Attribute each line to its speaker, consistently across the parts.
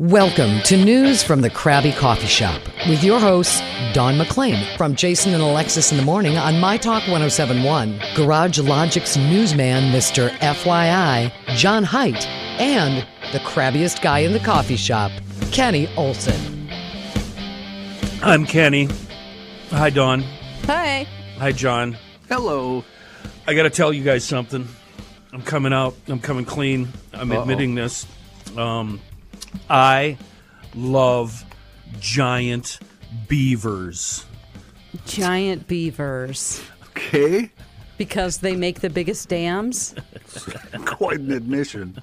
Speaker 1: Welcome to News from the Krabby Coffee Shop with your hosts, Don McLean from Jason and Alexis in the Morning on My Talk 1071, Garage Logic's newsman, Mr. FYI, John Height, and the crabbiest guy in the coffee shop, Kenny Olson.
Speaker 2: I'm Kenny. Hi, Don.
Speaker 3: Hi.
Speaker 2: Hi, John.
Speaker 4: Hello.
Speaker 2: I got to tell you guys something. I'm coming out. I'm coming clean. I'm admitting this. Um, I love giant beavers.
Speaker 3: Giant beavers.
Speaker 4: Okay.
Speaker 3: Because they make the biggest dams.
Speaker 4: Quite an admission.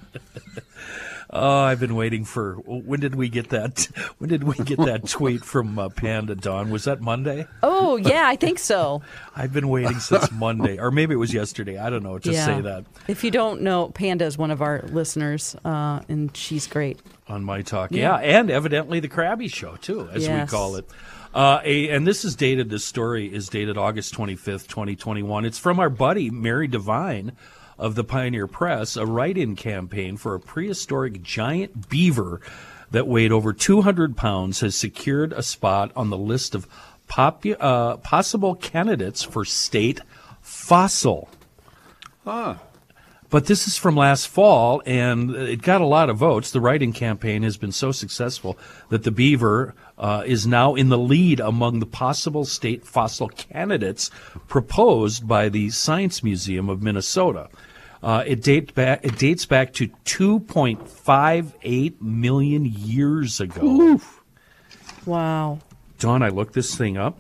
Speaker 2: Oh, I've been waiting for. When did we get that? When did we get that tweet from uh, Panda Don? Was that Monday?
Speaker 3: Oh, yeah, I think so.
Speaker 2: I've been waiting since Monday, or maybe it was yesterday. I don't know. To
Speaker 3: yeah.
Speaker 2: say that
Speaker 3: If you don't know, Panda is one of our listeners, uh, and she's great.
Speaker 2: on my talk. Yeah, and evidently the Krabby Show too, as
Speaker 3: Yes.
Speaker 2: we call it. Uh, a, and this is dated. This story is dated August twenty fifth, twenty twenty one. It's from our buddy Mary Devine of the Pioneer Press, a write-in campaign for a prehistoric giant beaver that weighed over two hundred pounds has secured a spot on the list of popu- uh, possible candidates for state fossil. But this is from last fall, and it got a lot of votes. The writing campaign has been so successful that the beaver uh, is now in the lead among the possible state fossil candidates proposed by the Science Museum of Minnesota. Uh, it, date back, it dates back to 2.58 million years ago.
Speaker 3: Wow.
Speaker 2: Don, I looked this thing up.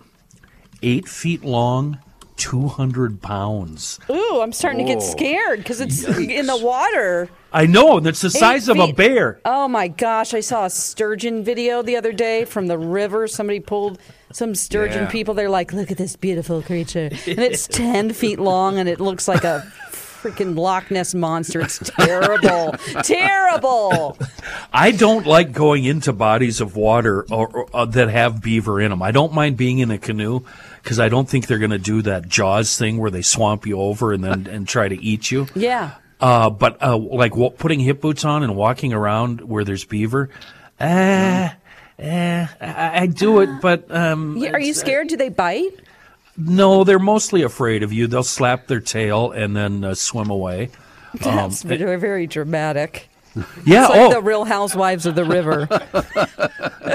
Speaker 2: Eight feet long, 200 pounds.
Speaker 3: Ooh, I'm starting to get scared because it's in the water.
Speaker 2: I know, that's the size of a
Speaker 3: feet.
Speaker 2: bear.
Speaker 3: Oh my gosh, I saw a sturgeon video the other day from the river. Somebody pulled some sturgeon
Speaker 4: Yeah.
Speaker 3: people. They're like, look at this beautiful creature. And it's 10 feet long and it looks like a freaking Loch Ness monster. It's terrible. terrible.
Speaker 2: I don't like going into bodies of water or, or, uh, that have beaver in them. I don't mind being in a canoe because I don't think they're going to do that Jaws thing where they swamp you over and then and try to eat you.
Speaker 3: Yeah.
Speaker 2: Uh, but uh, like w- putting hip boots on and walking around where there's beaver, eh, eh, I, I do it. But um,
Speaker 3: Yeah, Are you scared? Do they bite?
Speaker 2: no, they're mostly afraid of you. They'll slap their tail and then uh, swim away.
Speaker 3: That's very, very dramatic.
Speaker 2: Um, Yeah.
Speaker 3: It's like
Speaker 2: oh,
Speaker 3: the Real Housewives of the River.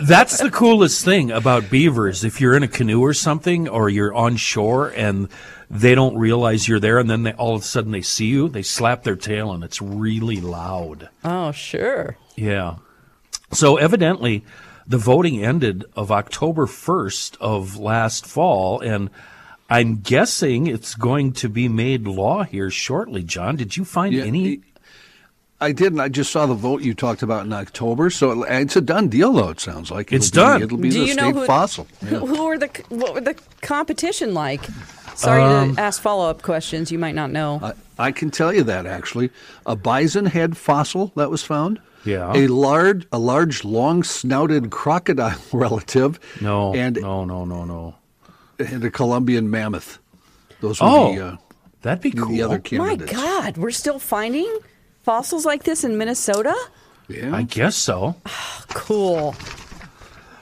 Speaker 2: That's the coolest thing about beavers. If you're in a canoe or something, or you're on shore and they don't realize you're there, and then they all of a sudden they see you, they slap their tail, and it's really loud.
Speaker 3: oh, sure.
Speaker 2: Yeah. So evidently, the voting ended of October 1st of last fall, and I'm guessing it's going to be made law here shortly. John, did you find
Speaker 4: Yeah,
Speaker 2: any?
Speaker 4: I didn't. I just saw the vote you talked about in October. So it- it's a done deal, though, it sounds like.
Speaker 2: It's
Speaker 4: It'll be-
Speaker 2: done.
Speaker 4: it'll be
Speaker 3: Do
Speaker 4: the
Speaker 3: you know
Speaker 4: state
Speaker 3: who-
Speaker 4: fossil.
Speaker 3: Who, who were the what were the competition like? Sorry
Speaker 2: Um,
Speaker 3: to ask follow up questions. You might not know.
Speaker 4: I, I can tell you that, actually. A bison head fossil that was found.
Speaker 2: Yeah.
Speaker 4: A large, a large, long-snouted crocodile relative.
Speaker 2: No,
Speaker 4: And,
Speaker 2: no, no, no, no.
Speaker 4: and a Colombian mammoth. Those were
Speaker 2: Oh,
Speaker 4: the, uh,
Speaker 2: that'd be
Speaker 4: the
Speaker 2: Oh, cool.
Speaker 4: other
Speaker 3: My
Speaker 4: candidates.
Speaker 3: God, we're still finding fossils like this in Minnesota.
Speaker 4: Yeah.
Speaker 2: I guess so.
Speaker 3: Cool.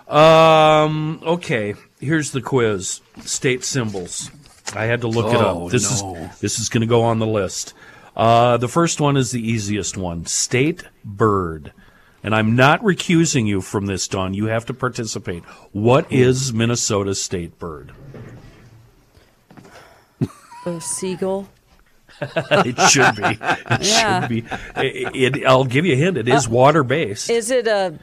Speaker 2: Um. Okay. Here's the quiz. State symbols. I had to look it
Speaker 4: Oh,
Speaker 2: up. This
Speaker 4: no.
Speaker 2: is this is going to go on the list. Uh, the first one is the easiest one. State bird. And I'm not recusing you from this, Don. You have to participate. What is Minnesota's state bird?
Speaker 3: A seagull.
Speaker 2: It should be. It
Speaker 3: Yeah.
Speaker 2: should be. It, it- I'll give you a hint. It is water based.
Speaker 3: Is Uh, it a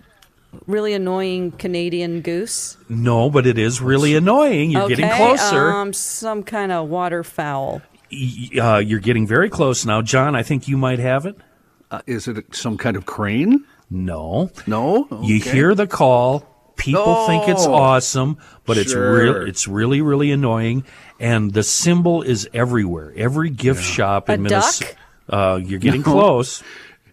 Speaker 3: really annoying Canadian goose?
Speaker 2: No, but it is really annoying. You're getting
Speaker 3: Okay,
Speaker 2: closer.
Speaker 3: Um, some kind of waterfowl.
Speaker 2: Y- uh, you're getting very close now, John. I think you might have it.
Speaker 4: Uh, is it some kind of crane?
Speaker 2: No.
Speaker 4: No?
Speaker 2: You
Speaker 4: Okay.
Speaker 2: hear the call. People think it's
Speaker 4: No.
Speaker 2: awesome, but it's
Speaker 4: Sure.
Speaker 2: real. It's really, really annoying. And the symbol is everywhere. Every gift shop in
Speaker 3: A
Speaker 2: Minnesota.
Speaker 3: duck?
Speaker 2: Uh, you're getting close.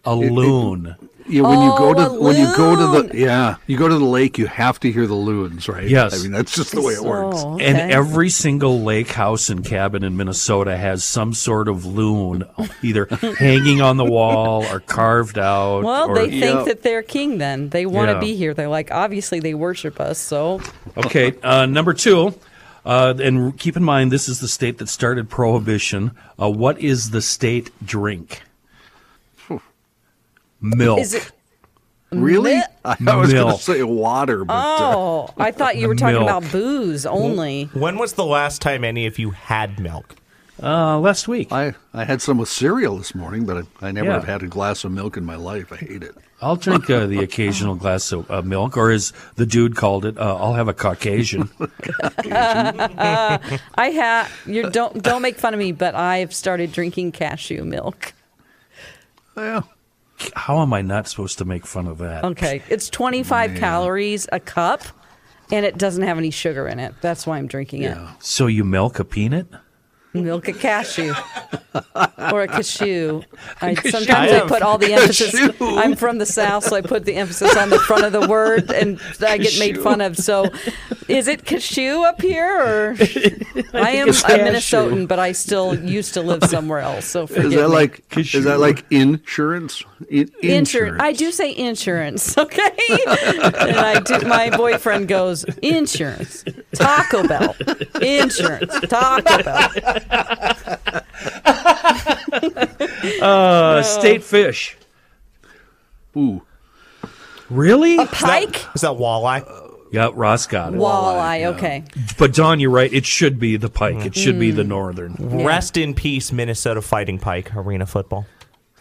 Speaker 2: A loon.
Speaker 4: Yeah, when you go
Speaker 3: Oh,
Speaker 4: to
Speaker 3: a
Speaker 4: when you go to
Speaker 3: loon.
Speaker 4: the yeah, you go to the lake, you have to hear the loons, right?
Speaker 2: Yes.
Speaker 4: I mean that's just the way it works.
Speaker 3: Oh,
Speaker 2: And
Speaker 3: okay.
Speaker 2: every single lake house and cabin in Minnesota has some sort of loon, either hanging on the wall or carved out.
Speaker 3: Well,
Speaker 2: or,
Speaker 3: they think
Speaker 4: Yeah.
Speaker 3: that they're king then. They want to
Speaker 2: Yeah.
Speaker 3: be here. They're like, obviously, they worship us, so.
Speaker 2: Okay, uh, number two, uh, and keep in mind this is the state that started prohibition. Uh, what is the state drink? Milk.
Speaker 3: Is it.
Speaker 4: Really?
Speaker 3: Mi-
Speaker 4: I, I was going
Speaker 2: Milk.
Speaker 4: to say water, but uh,
Speaker 3: Oh, I thought you were talking
Speaker 2: Milk.
Speaker 3: about booze only.
Speaker 5: When was the last time any of you had milk?
Speaker 2: uh, last week?
Speaker 4: I I had some with cereal this morning, but I, I never
Speaker 2: Yeah.
Speaker 4: have had a glass of milk in my life. I hate it.
Speaker 2: I'll drink uh, the occasional glass of uh, milk, or as the dude called it, uh, I'll have a Caucasian.
Speaker 3: I have. You don't don't make fun of me, but I've started drinking cashew milk.
Speaker 4: Yeah.
Speaker 2: How am I not supposed to make fun of that?
Speaker 3: Okay, it's 25 calories a cup, and it doesn't have any sugar in it. That's why I'm drinking
Speaker 2: So you milk a peanut?
Speaker 3: it. Milk a cashew or a cashew. I, sometimes
Speaker 5: I
Speaker 3: I
Speaker 5: am-
Speaker 3: put all the emphasis.
Speaker 4: Cashew.
Speaker 3: I'm from the south, so I put the emphasis on the front of the word, and I get made
Speaker 4: Cashew.
Speaker 3: fun of. So, is it cashew up here, or I am a
Speaker 4: it's cashew.
Speaker 3: Minnesotan, but I still used to live somewhere else. So forgive
Speaker 4: Is that
Speaker 3: me.
Speaker 4: like is that like insurance? In,
Speaker 3: Insurance. I do say insurance, okay? and I do. My boyfriend goes insurance, Taco Bell, insurance, Taco Bell.
Speaker 2: Uh, State fish.
Speaker 4: Ooh.
Speaker 2: Really?
Speaker 3: Oh. Pike,
Speaker 5: Is that walleye?
Speaker 2: yeah, Ross got it.
Speaker 3: walleye. Okay,
Speaker 2: But Don, you're right. It should be the pike. It should
Speaker 3: Mm.
Speaker 2: be the northern.
Speaker 5: Rest in peace, Minnesota Fighting Pike Arena Football.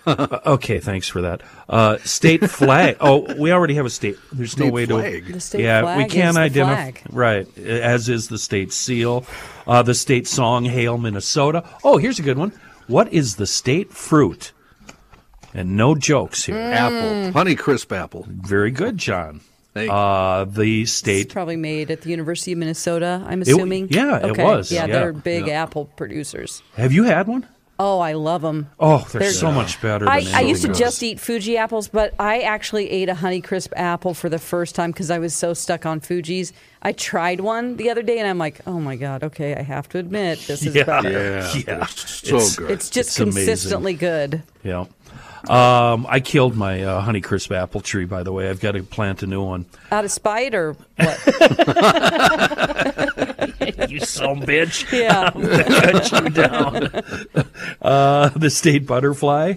Speaker 2: Okay, thanks for that. Uh, state flag. Oh, we already have a state. There's no
Speaker 4: State
Speaker 2: way
Speaker 4: flag.
Speaker 2: to.
Speaker 3: The state
Speaker 2: yeah,
Speaker 3: flag
Speaker 2: we
Speaker 3: is
Speaker 2: can't
Speaker 3: the
Speaker 2: identify.
Speaker 3: flag.
Speaker 2: Right, as is the state seal, uh, the state song "Hail Minnesota." Oh, here's a good one. What is the state fruit? And no jokes here.
Speaker 3: Mm.
Speaker 4: Apple. Honey crisp apple.
Speaker 2: Very good, John.
Speaker 4: Thank
Speaker 2: Uh, the
Speaker 3: it's
Speaker 2: state.
Speaker 3: probably made at the University of Minnesota. I'm assuming.
Speaker 2: yeah, it
Speaker 3: okay.
Speaker 2: was,
Speaker 3: Yeah,
Speaker 2: yeah,
Speaker 3: they're big
Speaker 4: yeah.
Speaker 3: apple producers.
Speaker 2: Have you had one?
Speaker 3: Oh, I love them.
Speaker 2: Oh, they're,
Speaker 3: They're-
Speaker 2: so much better. Than
Speaker 3: I, I used to
Speaker 2: anything else.
Speaker 3: just eat Fuji apples, but I actually ate a Honeycrisp apple for the first time because I was so stuck on Fuji's. I tried one the other day, and I'm like, oh my god, okay, I have to admit this is
Speaker 2: Yeah.
Speaker 3: better.
Speaker 4: Yeah.
Speaker 2: Yeah.
Speaker 4: So
Speaker 2: It's-
Speaker 4: good.
Speaker 3: It's just
Speaker 2: It's amazing.
Speaker 3: consistently good.
Speaker 2: Yeah. Um, I killed my uh, Honeycrisp apple tree, by the way. I've got to plant a new one.
Speaker 3: Out of spite or what?
Speaker 2: you some bitch. Um,
Speaker 3: yeah.
Speaker 2: Cut you down. Uh, the state butterfly.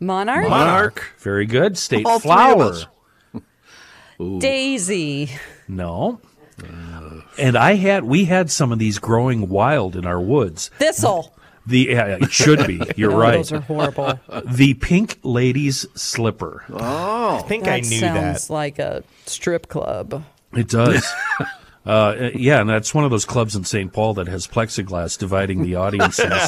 Speaker 3: Monarch?
Speaker 4: Monarch.
Speaker 2: Very good. State
Speaker 4: All three of
Speaker 2: flower.
Speaker 4: us.
Speaker 3: Daisy.
Speaker 2: No. And I had we had some of these growing wild in our woods.
Speaker 3: Thistle.
Speaker 2: The uh, it should be. You're
Speaker 3: No,
Speaker 2: right.
Speaker 3: Those are horrible.
Speaker 2: the pink lady's slipper.
Speaker 5: I think I
Speaker 3: That
Speaker 5: knew
Speaker 3: sounds
Speaker 5: that.
Speaker 3: like a strip club.
Speaker 2: It does. Uh, yeah, and that's one of those clubs in St. Paul that has plexiglass dividing the audience and the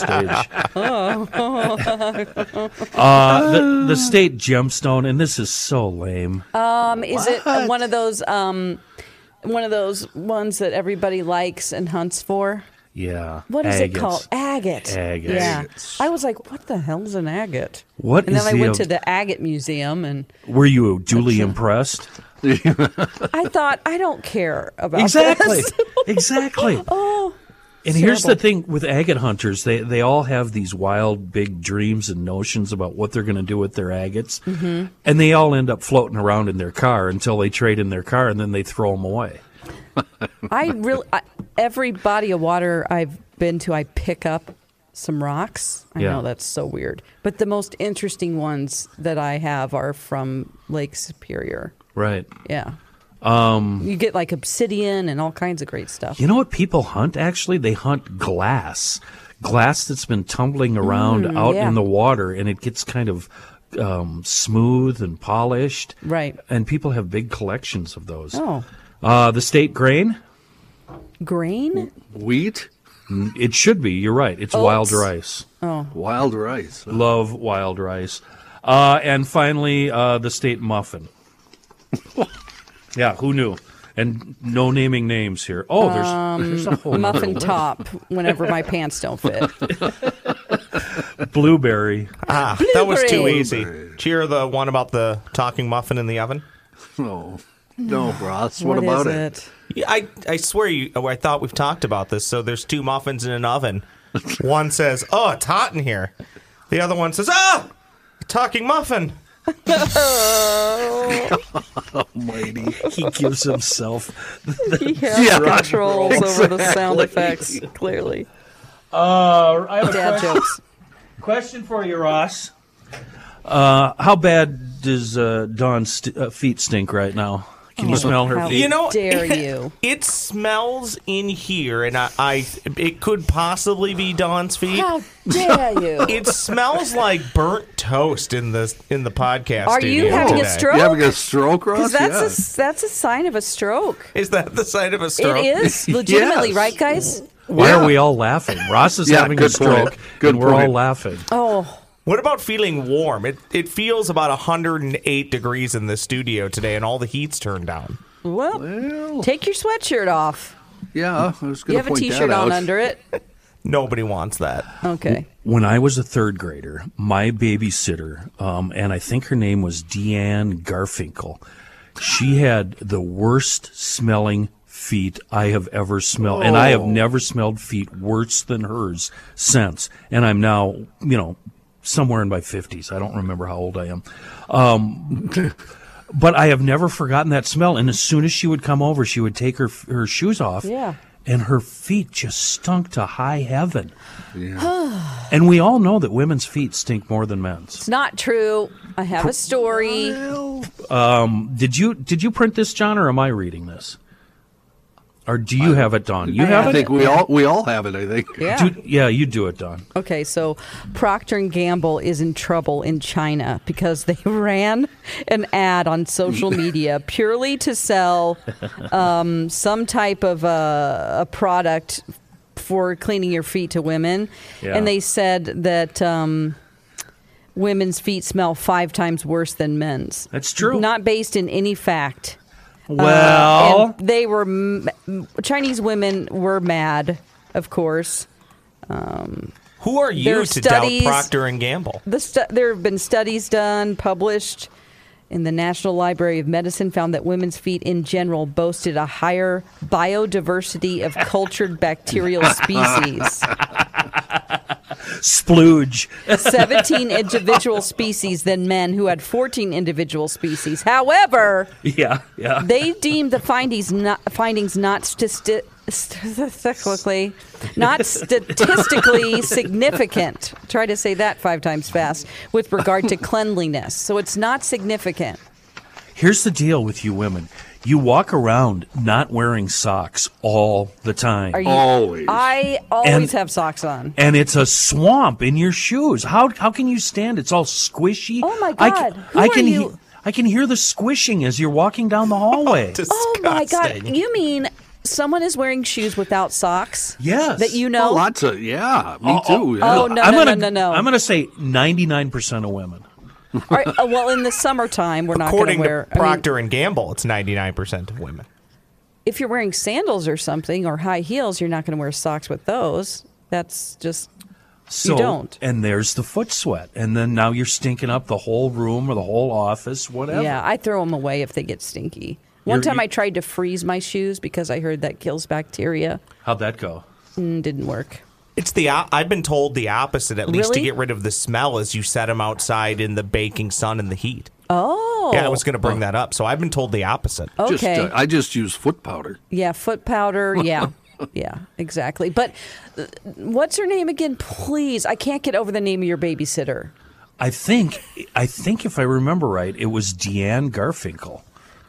Speaker 2: stage. Uh, the, the state gemstone, and this is so lame.
Speaker 3: Um, is it one of those um, one of those ones that everybody likes and hunts for?
Speaker 2: yeah.
Speaker 3: What is
Speaker 2: agates.
Speaker 3: it called? Agate.
Speaker 2: Agate.
Speaker 3: Yeah.
Speaker 4: Agates.
Speaker 3: I was like, what the hell's an agate?
Speaker 2: What
Speaker 3: and
Speaker 2: is
Speaker 3: then I
Speaker 2: the
Speaker 3: went
Speaker 2: av-
Speaker 3: to the agate museum and
Speaker 2: Were you duly impressed?
Speaker 3: I thought, I don't care about
Speaker 2: Exactly.
Speaker 3: this.
Speaker 2: exactly. Oh. And here's the
Speaker 3: terrible.
Speaker 2: thing with agate hunters, they they all have these wild big dreams and notions about what they're going to do with their agates.
Speaker 3: Mm-hmm.
Speaker 2: And they all end up floating around in their car until they trade in their car and then they throw them away.
Speaker 3: I really, I, every body of water I've been to, I pick up some rocks. I
Speaker 2: Yeah.
Speaker 3: know that's so weird. But the most interesting ones that I have are from Lake Superior.
Speaker 2: Right.
Speaker 3: Yeah. Um, you get like obsidian and all kinds of great stuff.
Speaker 2: You know what people hunt actually? They hunt glass. Glass that's been tumbling around out
Speaker 3: Mm, yeah.
Speaker 2: in the water and it gets kind of um, smooth and polished.
Speaker 3: Right.
Speaker 2: And people have big collections of those.
Speaker 3: Oh,
Speaker 2: Uh, the state grain?
Speaker 3: grain?
Speaker 4: Wheat.
Speaker 2: It should be. You're right. It's wild rice.
Speaker 3: Oats.
Speaker 4: Wild rice.
Speaker 2: Love wild rice. Uh, and finally, uh, the state muffin. yeah, who knew? And no naming names here. Oh, there's,
Speaker 3: Um,
Speaker 2: there's a
Speaker 4: Oh,
Speaker 2: whole nother
Speaker 3: Muffin
Speaker 2: list.
Speaker 3: top whenever my pants don't fit.
Speaker 2: Blueberry.
Speaker 5: Ah, that was too
Speaker 3: Blueberry.
Speaker 5: easy. Cheer the one about the talking muffin in the oven.
Speaker 4: No, Oh, no, Ross. What,
Speaker 3: is
Speaker 4: about it?
Speaker 3: it?
Speaker 5: Yeah, I I swear you. oh, I thought we've talked about this. So there's two muffins in an oven. One says, "Oh, it's hot in here." The other one says, "Ah, talking muffin."
Speaker 4: Mighty.
Speaker 2: He gives himself.
Speaker 3: He has
Speaker 4: Yeah, right.
Speaker 3: controls over the sound effects, clearly.
Speaker 2: Uh, I have a
Speaker 3: Dad jokes.
Speaker 2: Question for you, Ross. Uh, how bad does uh, Dawn's st- uh, feet stink right now? Can you smell her
Speaker 3: Oh, How
Speaker 2: feet?
Speaker 5: You know-
Speaker 3: dare you?
Speaker 5: It smells in here, and I, I it could possibly be Don's feet.
Speaker 3: How dare you?
Speaker 5: It smells like burnt toast in the in the podcast.
Speaker 3: Are you
Speaker 5: studio
Speaker 3: having a
Speaker 5: today.
Speaker 3: stroke?
Speaker 4: You having a stroke, Ross?
Speaker 3: Because that's
Speaker 4: yeah.
Speaker 3: a that's a sign of a stroke.
Speaker 5: Is that the sign of a stroke?
Speaker 3: It is legitimately
Speaker 4: Yes.
Speaker 3: right, guys.
Speaker 2: Why
Speaker 4: Yeah.
Speaker 2: are we all laughing? Ross is
Speaker 4: Yeah,
Speaker 2: having a
Speaker 4: good
Speaker 2: stroke,
Speaker 4: point. Good
Speaker 2: and we're all
Speaker 4: point.
Speaker 2: laughing.
Speaker 3: Oh,
Speaker 5: What about feeling warm? It it feels about 108 degrees in the studio today, and all the heat's turned down.
Speaker 3: well,
Speaker 4: Well,
Speaker 3: take your sweatshirt off.
Speaker 4: yeah, I was
Speaker 3: You
Speaker 4: going to
Speaker 3: have a
Speaker 4: point
Speaker 3: t-shirt
Speaker 4: that out.
Speaker 3: on under it.
Speaker 5: Nobody wants that.
Speaker 3: Okay.
Speaker 2: When I was a third grader, my babysitter, um, and I think her name was Deanne Garfinkel, she had the worst smelling feet I have ever smelled. And I have never smelled feet worse than hers since. And I'm now, you know, somewhere in my 50s. I don't remember how old I am. Um, But I have never forgotten that smell. And as soon as she would come over, she would take her her shoes off.
Speaker 3: Yeah.
Speaker 2: And her feet just stunk to high heaven. and we all know that women's feet stink more than men's.
Speaker 3: It's not true. I have a story.
Speaker 2: Did you did you print this, John, or am I reading this? Or do you have it, Don? You have
Speaker 4: I
Speaker 2: it.
Speaker 4: think we all we all have it. I think.
Speaker 3: Yeah.
Speaker 2: Do- yeah, you do it, Don.
Speaker 3: Okay, so Procter and Gamble is in trouble in China because they ran an ad on social media purely to sell um, some type of uh, a, a product for cleaning your feet to women,
Speaker 2: Yeah.
Speaker 3: and they said that um, women's feet smell five times worse than men's.
Speaker 2: That's true.
Speaker 3: Not based in any fact. Uh,
Speaker 2: Well,
Speaker 3: And they were m- m- Chinese women were mad, of course.
Speaker 5: Who are you
Speaker 3: Their
Speaker 5: to
Speaker 3: studies-
Speaker 5: doubt Procter and Gamble?
Speaker 3: the stu- there have been studies done published in the National Library of Medicine found that women's feet in general boasted a higher biodiversity of cultured bacterial species.
Speaker 2: splooge.
Speaker 3: 17 individual species than men who had 14 individual species. However,
Speaker 2: yeah, yeah.
Speaker 3: they deemed the findings not findings not stati- statistically not statistically significant. Try to say that five times fast with regard to cleanliness. So it's not significant.
Speaker 2: Here's the deal with you women. You walk around not wearing socks all the time.
Speaker 3: Are you,
Speaker 4: Always.
Speaker 3: I always
Speaker 2: And-
Speaker 3: have socks on.
Speaker 2: and it's a swamp in your shoes. How how can you stand? It's all squishy.
Speaker 3: Oh, my
Speaker 2: I can,
Speaker 3: God. Who
Speaker 2: I
Speaker 3: are
Speaker 2: can he-
Speaker 3: you?
Speaker 2: I can hear the squishing as you're walking down the hallway.
Speaker 3: Oh my god!
Speaker 5: Disgusting.
Speaker 3: You mean someone is wearing shoes without socks?
Speaker 2: Yes.
Speaker 3: That you know.
Speaker 4: Oh, lots of yeah. Me too. Yeah.
Speaker 3: oh, no,
Speaker 2: I'm
Speaker 3: no,
Speaker 2: gonna,
Speaker 3: no, no, no.
Speaker 2: I'm going to say 99% of women.
Speaker 3: Are- uh, well, in the summertime, we're not going
Speaker 5: According
Speaker 3: to wear.
Speaker 5: to
Speaker 3: I mean,
Speaker 5: Procter and Gamble, it's 99% of women.
Speaker 3: if you're wearing sandals or something or high heels, you're not going to wear socks with those. That's just
Speaker 2: So,
Speaker 3: don't.
Speaker 2: And there's the foot sweat. And then now you're stinking up the whole room or the whole office, whatever.
Speaker 3: yeah. I throw them away if they get stinky. One
Speaker 2: You're-
Speaker 3: time
Speaker 2: you-
Speaker 3: I tried to freeze my shoes because I heard that kills bacteria.
Speaker 2: How'd that go?
Speaker 3: Mm, didn't work.
Speaker 5: It's the o- I've been told the opposite at least to
Speaker 3: Really?
Speaker 5: get rid of the smell as you set them outside in the baking sun and the heat.
Speaker 3: Oh.
Speaker 5: Yeah, I was going to bring that up. So I've been told the opposite.
Speaker 3: okay.
Speaker 4: Just, uh, I just use foot powder.
Speaker 3: Yeah, foot powder. Yeah, yeah, exactly. But uh, what's her name again? Please, I can't get over the name of your babysitter.
Speaker 2: I think I think if I remember right, it was Deanne Garfinkel.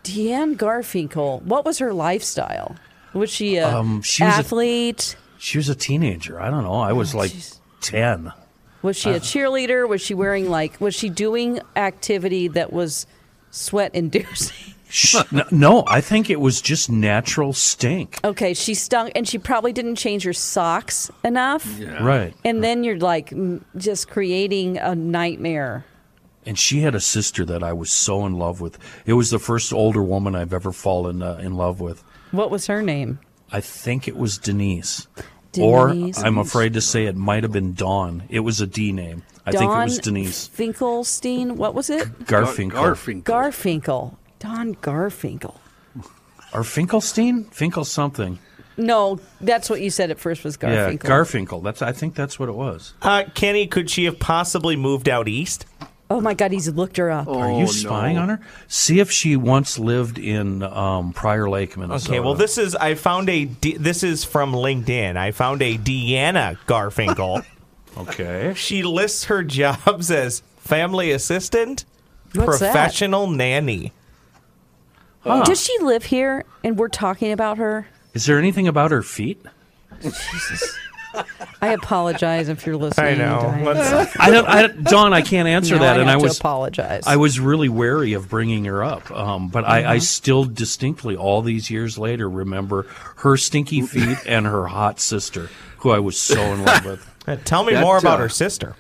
Speaker 3: Deanne Garfinkel. What was her lifestyle? Was she a
Speaker 2: Um, she was a-
Speaker 3: athlete?
Speaker 2: She was a teenager. I don't know. I
Speaker 3: Oh,
Speaker 2: was like 10.
Speaker 3: was she a cheerleader? Was she wearing like? Was she doing activity that was sweat inducing?
Speaker 2: Sh- no, no, I think it was just natural stink.
Speaker 3: okay, she stunk, and she probably didn't change her socks enough.
Speaker 2: Right.
Speaker 3: And then you're like mm, just creating a nightmare.
Speaker 2: And she had a sister that I was so in love with. It was the first older woman I've ever fallen uh, in love with.
Speaker 3: What was her name?
Speaker 2: I think it was Denise.
Speaker 3: Denise.
Speaker 2: Or I'm afraid to say it might have been Dawn. It was a D name. I think it was
Speaker 3: Dawn
Speaker 2: Denise
Speaker 3: Finkelstein. What was it?
Speaker 2: Garfinkel.
Speaker 4: Garfinkel.
Speaker 3: Garfinkel. Don Garfinkel.
Speaker 2: Or Finkelstein? Finkel something.
Speaker 3: No, that's what you said at first was
Speaker 2: Yeah,
Speaker 3: Garfinkel.
Speaker 2: Garfinkel. That's I think that's what it was.
Speaker 5: Uh, Kenny, could she have possibly moved out east?
Speaker 3: oh my God, he's looked her up.
Speaker 5: Oh,
Speaker 2: Are you spying on her? See if she once lived in um, Prior Lake, Minnesota.
Speaker 5: Okay, well, this is I found a D, this is from LinkedIn. I found a Deanna Garfinkel.
Speaker 2: Okay.
Speaker 5: she lists her jobs as family assistant,
Speaker 3: What's that?
Speaker 5: professional nanny.
Speaker 3: Does she live here? And we're talking about her.
Speaker 2: Is there anything about her feet?
Speaker 3: I apologize if you're listening. Diane.
Speaker 5: Let's-
Speaker 2: I don't. I, Dawn, I can't answer
Speaker 3: Now
Speaker 2: that,
Speaker 3: I
Speaker 2: and
Speaker 3: have
Speaker 2: I
Speaker 3: to
Speaker 2: was
Speaker 3: apologize.
Speaker 2: I was really wary of bringing her up, um, but I, I
Speaker 4: Mm-hmm.
Speaker 2: still distinctly, all these years later, remember her stinky
Speaker 4: Mm-hmm.
Speaker 2: feet and her hot sister, who I was so in love with.
Speaker 5: Uh, Tell me
Speaker 4: That,
Speaker 5: more about
Speaker 4: uh,
Speaker 5: her sister.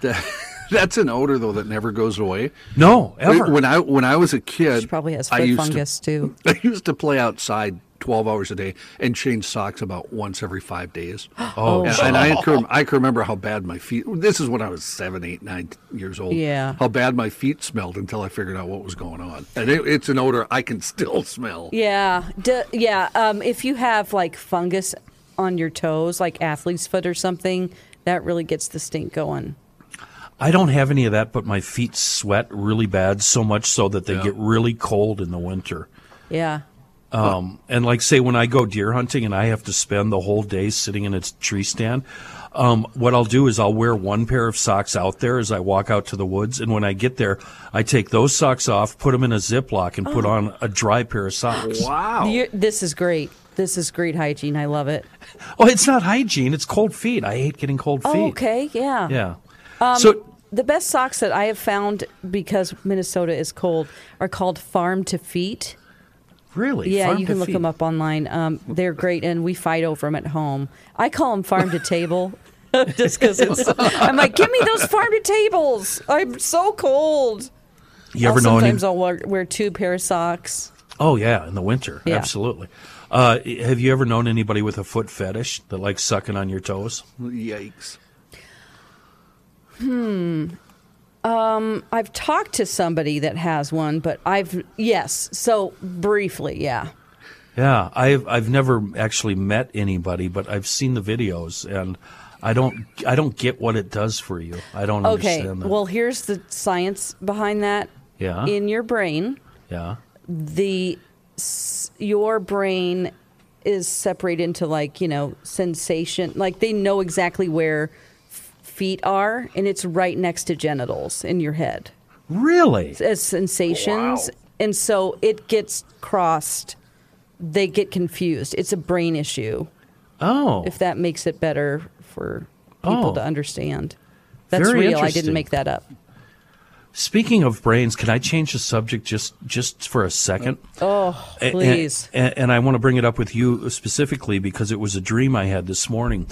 Speaker 4: That- that's an odor though that never goes away.
Speaker 2: No, ever.
Speaker 4: When I when I was a kid,
Speaker 3: she probably has
Speaker 4: I
Speaker 3: foot
Speaker 4: used
Speaker 3: fungus too.
Speaker 4: To, I used to play outside twelve hours a day and change socks about once every five days.
Speaker 2: Oh,
Speaker 4: and, and I can, I can remember how bad my feet. This is when I was seven, eight, nine years old.
Speaker 3: Yeah.
Speaker 4: how bad my feet smelled until I figured out what was going on. And it, it's an odor I can still smell.
Speaker 3: Yeah, d- yeah. Um, if you have like fungus on your toes, like athlete's foot or something, that really gets the stink going.
Speaker 2: I don't have any of that, but my feet sweat really bad, so much so that they get really cold in the winter.
Speaker 3: Yeah.
Speaker 2: Um, and like say when I go deer hunting and I have to spend the whole day sitting in a tree stand, um, what I'll do is I'll wear one pair of socks out there as I walk out to the woods, and when I get there, I take those socks off, put them in a Ziploc, and
Speaker 3: Oh.
Speaker 2: put on a dry pair of socks.
Speaker 4: Wow.
Speaker 3: You- this is great. This is great hygiene. I love it.
Speaker 2: Oh, it's not hygiene; it's cold feet. I hate getting cold feet.
Speaker 3: Oh, okay. Um, Yeah.
Speaker 2: Yeah. so
Speaker 3: The best socks that I have found because Minnesota is cold are called farm to feet.
Speaker 2: really,
Speaker 3: Yeah,
Speaker 2: farm
Speaker 3: you
Speaker 2: to
Speaker 3: can look
Speaker 2: feet.
Speaker 3: them up online. Um, they're great, and we fight over them at home. I call them farm to table. Just because it's, I'm like, give me those farm to tables. I'm so cold.
Speaker 2: You ever
Speaker 3: I'll-
Speaker 2: know any?
Speaker 3: sometimes I'll wear, wear two pair of socks.
Speaker 2: Oh yeah, in the winter,
Speaker 3: Yeah.
Speaker 2: absolutely. Uh, have you ever known anybody with a foot fetish that likes sucking on your toes?
Speaker 4: Yikes.
Speaker 3: I've talked to somebody that has one, but I've yes. So briefly, yeah.
Speaker 2: Yeah, I've I've never actually met anybody, but I've seen the videos, and I don't I don't get what it does for you. I don't
Speaker 3: Okay.
Speaker 2: understand that.
Speaker 3: Well, here's the science behind that.
Speaker 2: Yeah.
Speaker 3: In your brain,
Speaker 2: yeah,
Speaker 3: the s- your brain is separated into like you know sensation like they know exactly where f- feet are and it's right next to genitals in your head
Speaker 2: really?
Speaker 3: as uh, sensations and so it gets crossed they get confused it's a brain issue
Speaker 2: Oh,
Speaker 3: if that makes it better for people
Speaker 2: Oh.
Speaker 3: to understand that's
Speaker 2: Very
Speaker 3: real i
Speaker 2: interesting.
Speaker 3: didn't make that up
Speaker 2: speaking of brains, can I change the subject just just for a second?
Speaker 3: oh
Speaker 2: A- a-
Speaker 3: please
Speaker 2: a- And, I want to bring it up with you specifically because it was a dream I had this morning.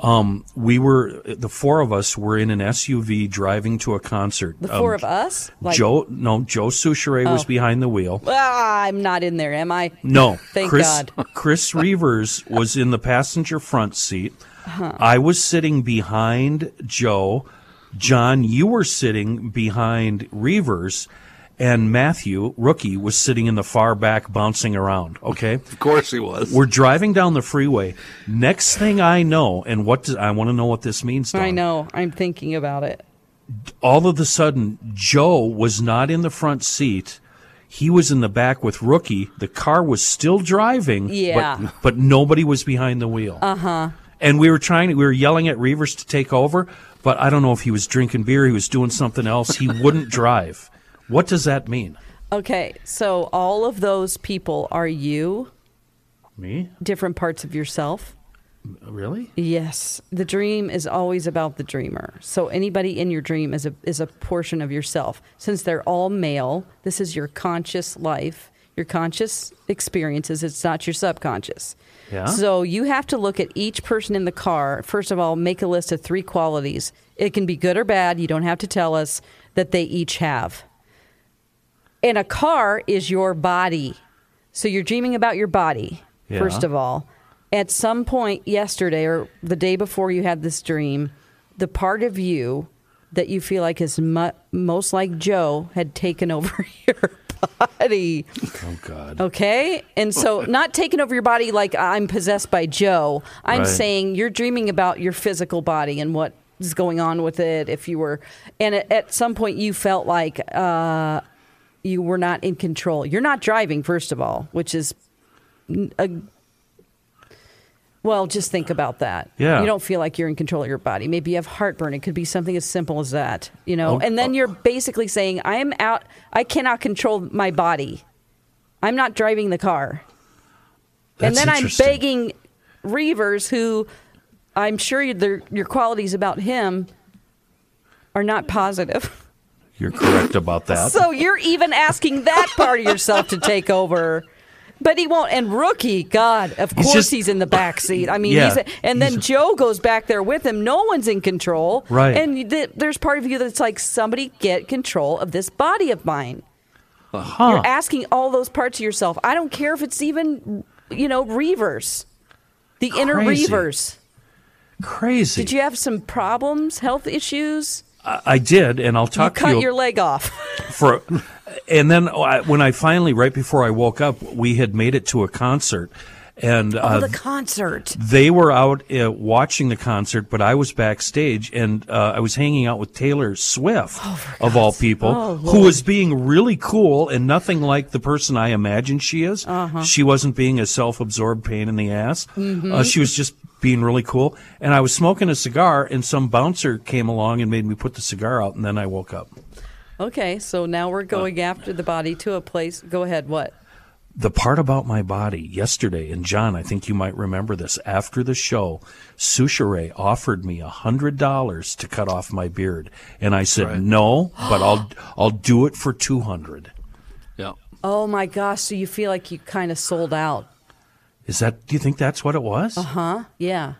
Speaker 2: Um, we were the four of us were in an SUV driving to a concert.
Speaker 3: the four of us like
Speaker 2: Um,
Speaker 3: Oh.
Speaker 2: Joe, no, Joe Souchere was behind the wheel.
Speaker 3: ah, i'm not in there am i
Speaker 2: No,
Speaker 3: Thank
Speaker 2: Chris,
Speaker 3: God.
Speaker 2: Chris Reavers was in the passenger front seat.
Speaker 3: Uh-huh.
Speaker 2: I was sitting behind Joe. John, you were sitting behind Reavers, and Matthew, rookie, was sitting in the far back, bouncing around. Okay.
Speaker 4: Of course he was.
Speaker 2: We're driving down the freeway. Next thing I know, and what does, I want to know what this means. Dawn.
Speaker 3: I know. I'm thinking about it.
Speaker 2: All of a sudden, Joe was not in the front seat. He was in the back with Rookie. The car was still driving.
Speaker 3: Yeah. Uh-huh.
Speaker 2: But, but nobody was behind the wheel. Uh huh. And we were trying. to- We were yelling at Reavers to take over, but I don't know if he was drinking beer. He was doing something else. He wouldn't drive. What does that mean?
Speaker 3: Okay, so all of those people are you,
Speaker 2: Me?
Speaker 3: different parts of yourself.
Speaker 2: Really?
Speaker 3: Yes, the dream is always about the dreamer. So anybody in your dream is a is a portion of yourself. Since they're all male, this is your conscious life. your conscious experiences. It's not your subconscious.
Speaker 2: Yeah.
Speaker 3: So you have to look at each person in the car. First of all, make a list of three qualities. It can be good or bad. You don't have to tell us that they each have. And a car is your body. So you're dreaming about your body,
Speaker 2: Yeah.
Speaker 3: first of all. At some point yesterday or the day before you had this dream, the part of you that you feel like is mu- most like Joe had taken over your body.
Speaker 2: Oh God.
Speaker 3: Okay. And so, not taking over your body like I'm possessed by Joe. I'm
Speaker 2: Right.
Speaker 3: saying you're dreaming about your physical body and what is going on with it. If you were, and at, at some point you felt like uh, you were not in control. You're not driving, first of all, which is n- a. Well, just think about that.
Speaker 2: Yeah.
Speaker 3: You don't feel like you're in control of your body. Maybe you have heartburn. It could be something as simple as that, you know?
Speaker 2: Oh,
Speaker 3: and then
Speaker 2: oh.
Speaker 3: you're basically saying, I am out, I cannot control my body. I'm not driving the car.
Speaker 2: That's
Speaker 3: and then I'm
Speaker 2: interesting.
Speaker 3: begging Reavers, who I'm sure you- their- your qualities about him are not positive.
Speaker 2: You're correct about that.
Speaker 3: So you're even asking that part of yourself to take over. But he won't. And rookie, God, of
Speaker 2: He's
Speaker 3: course
Speaker 2: just-
Speaker 3: he's in the back seat. I mean,
Speaker 2: Yeah.
Speaker 3: he's, and then
Speaker 2: He's-
Speaker 3: Joe goes back there with him. No one's in control.
Speaker 2: Right.
Speaker 3: And you- th- there's part of you that's like, somebody get control of this body of mine.
Speaker 2: huh.
Speaker 3: You're asking all those parts of yourself. I don't care if it's even, you know, Reavers, the inner
Speaker 2: Crazy.
Speaker 3: Reavers.
Speaker 2: Crazy.
Speaker 3: Did you have some problems, health issues?
Speaker 2: I, I did, and I'll talk
Speaker 3: you
Speaker 2: to
Speaker 3: cut
Speaker 2: you
Speaker 3: your leg off.
Speaker 2: for and then oh, I- when i finally right before i woke up we had made it to a concert and uh,
Speaker 3: the concert.
Speaker 2: they were out uh, watching the concert but i was backstage and uh, i was hanging out with taylor swift of all people who was being really cool and nothing like the person i imagine she is she wasn't being a self-absorbed pain in the ass uh, she was just being really cool and i was smoking a cigar and some bouncer came along and made me put the cigar out and then i woke up
Speaker 3: Okay, so now we're going after the body to a place. Go ahead. What?
Speaker 2: the part about my body yesterday, and John, I think you might remember this. After the show, Sushere offered me a hundred dollars to cut off my beard, and I said no, but I'll I'll do it for two hundred.
Speaker 4: Yeah.
Speaker 3: Oh my gosh! So you feel like you kind of sold out?
Speaker 2: Is that? Do you think that's what it was?
Speaker 3: Oh, Yeah.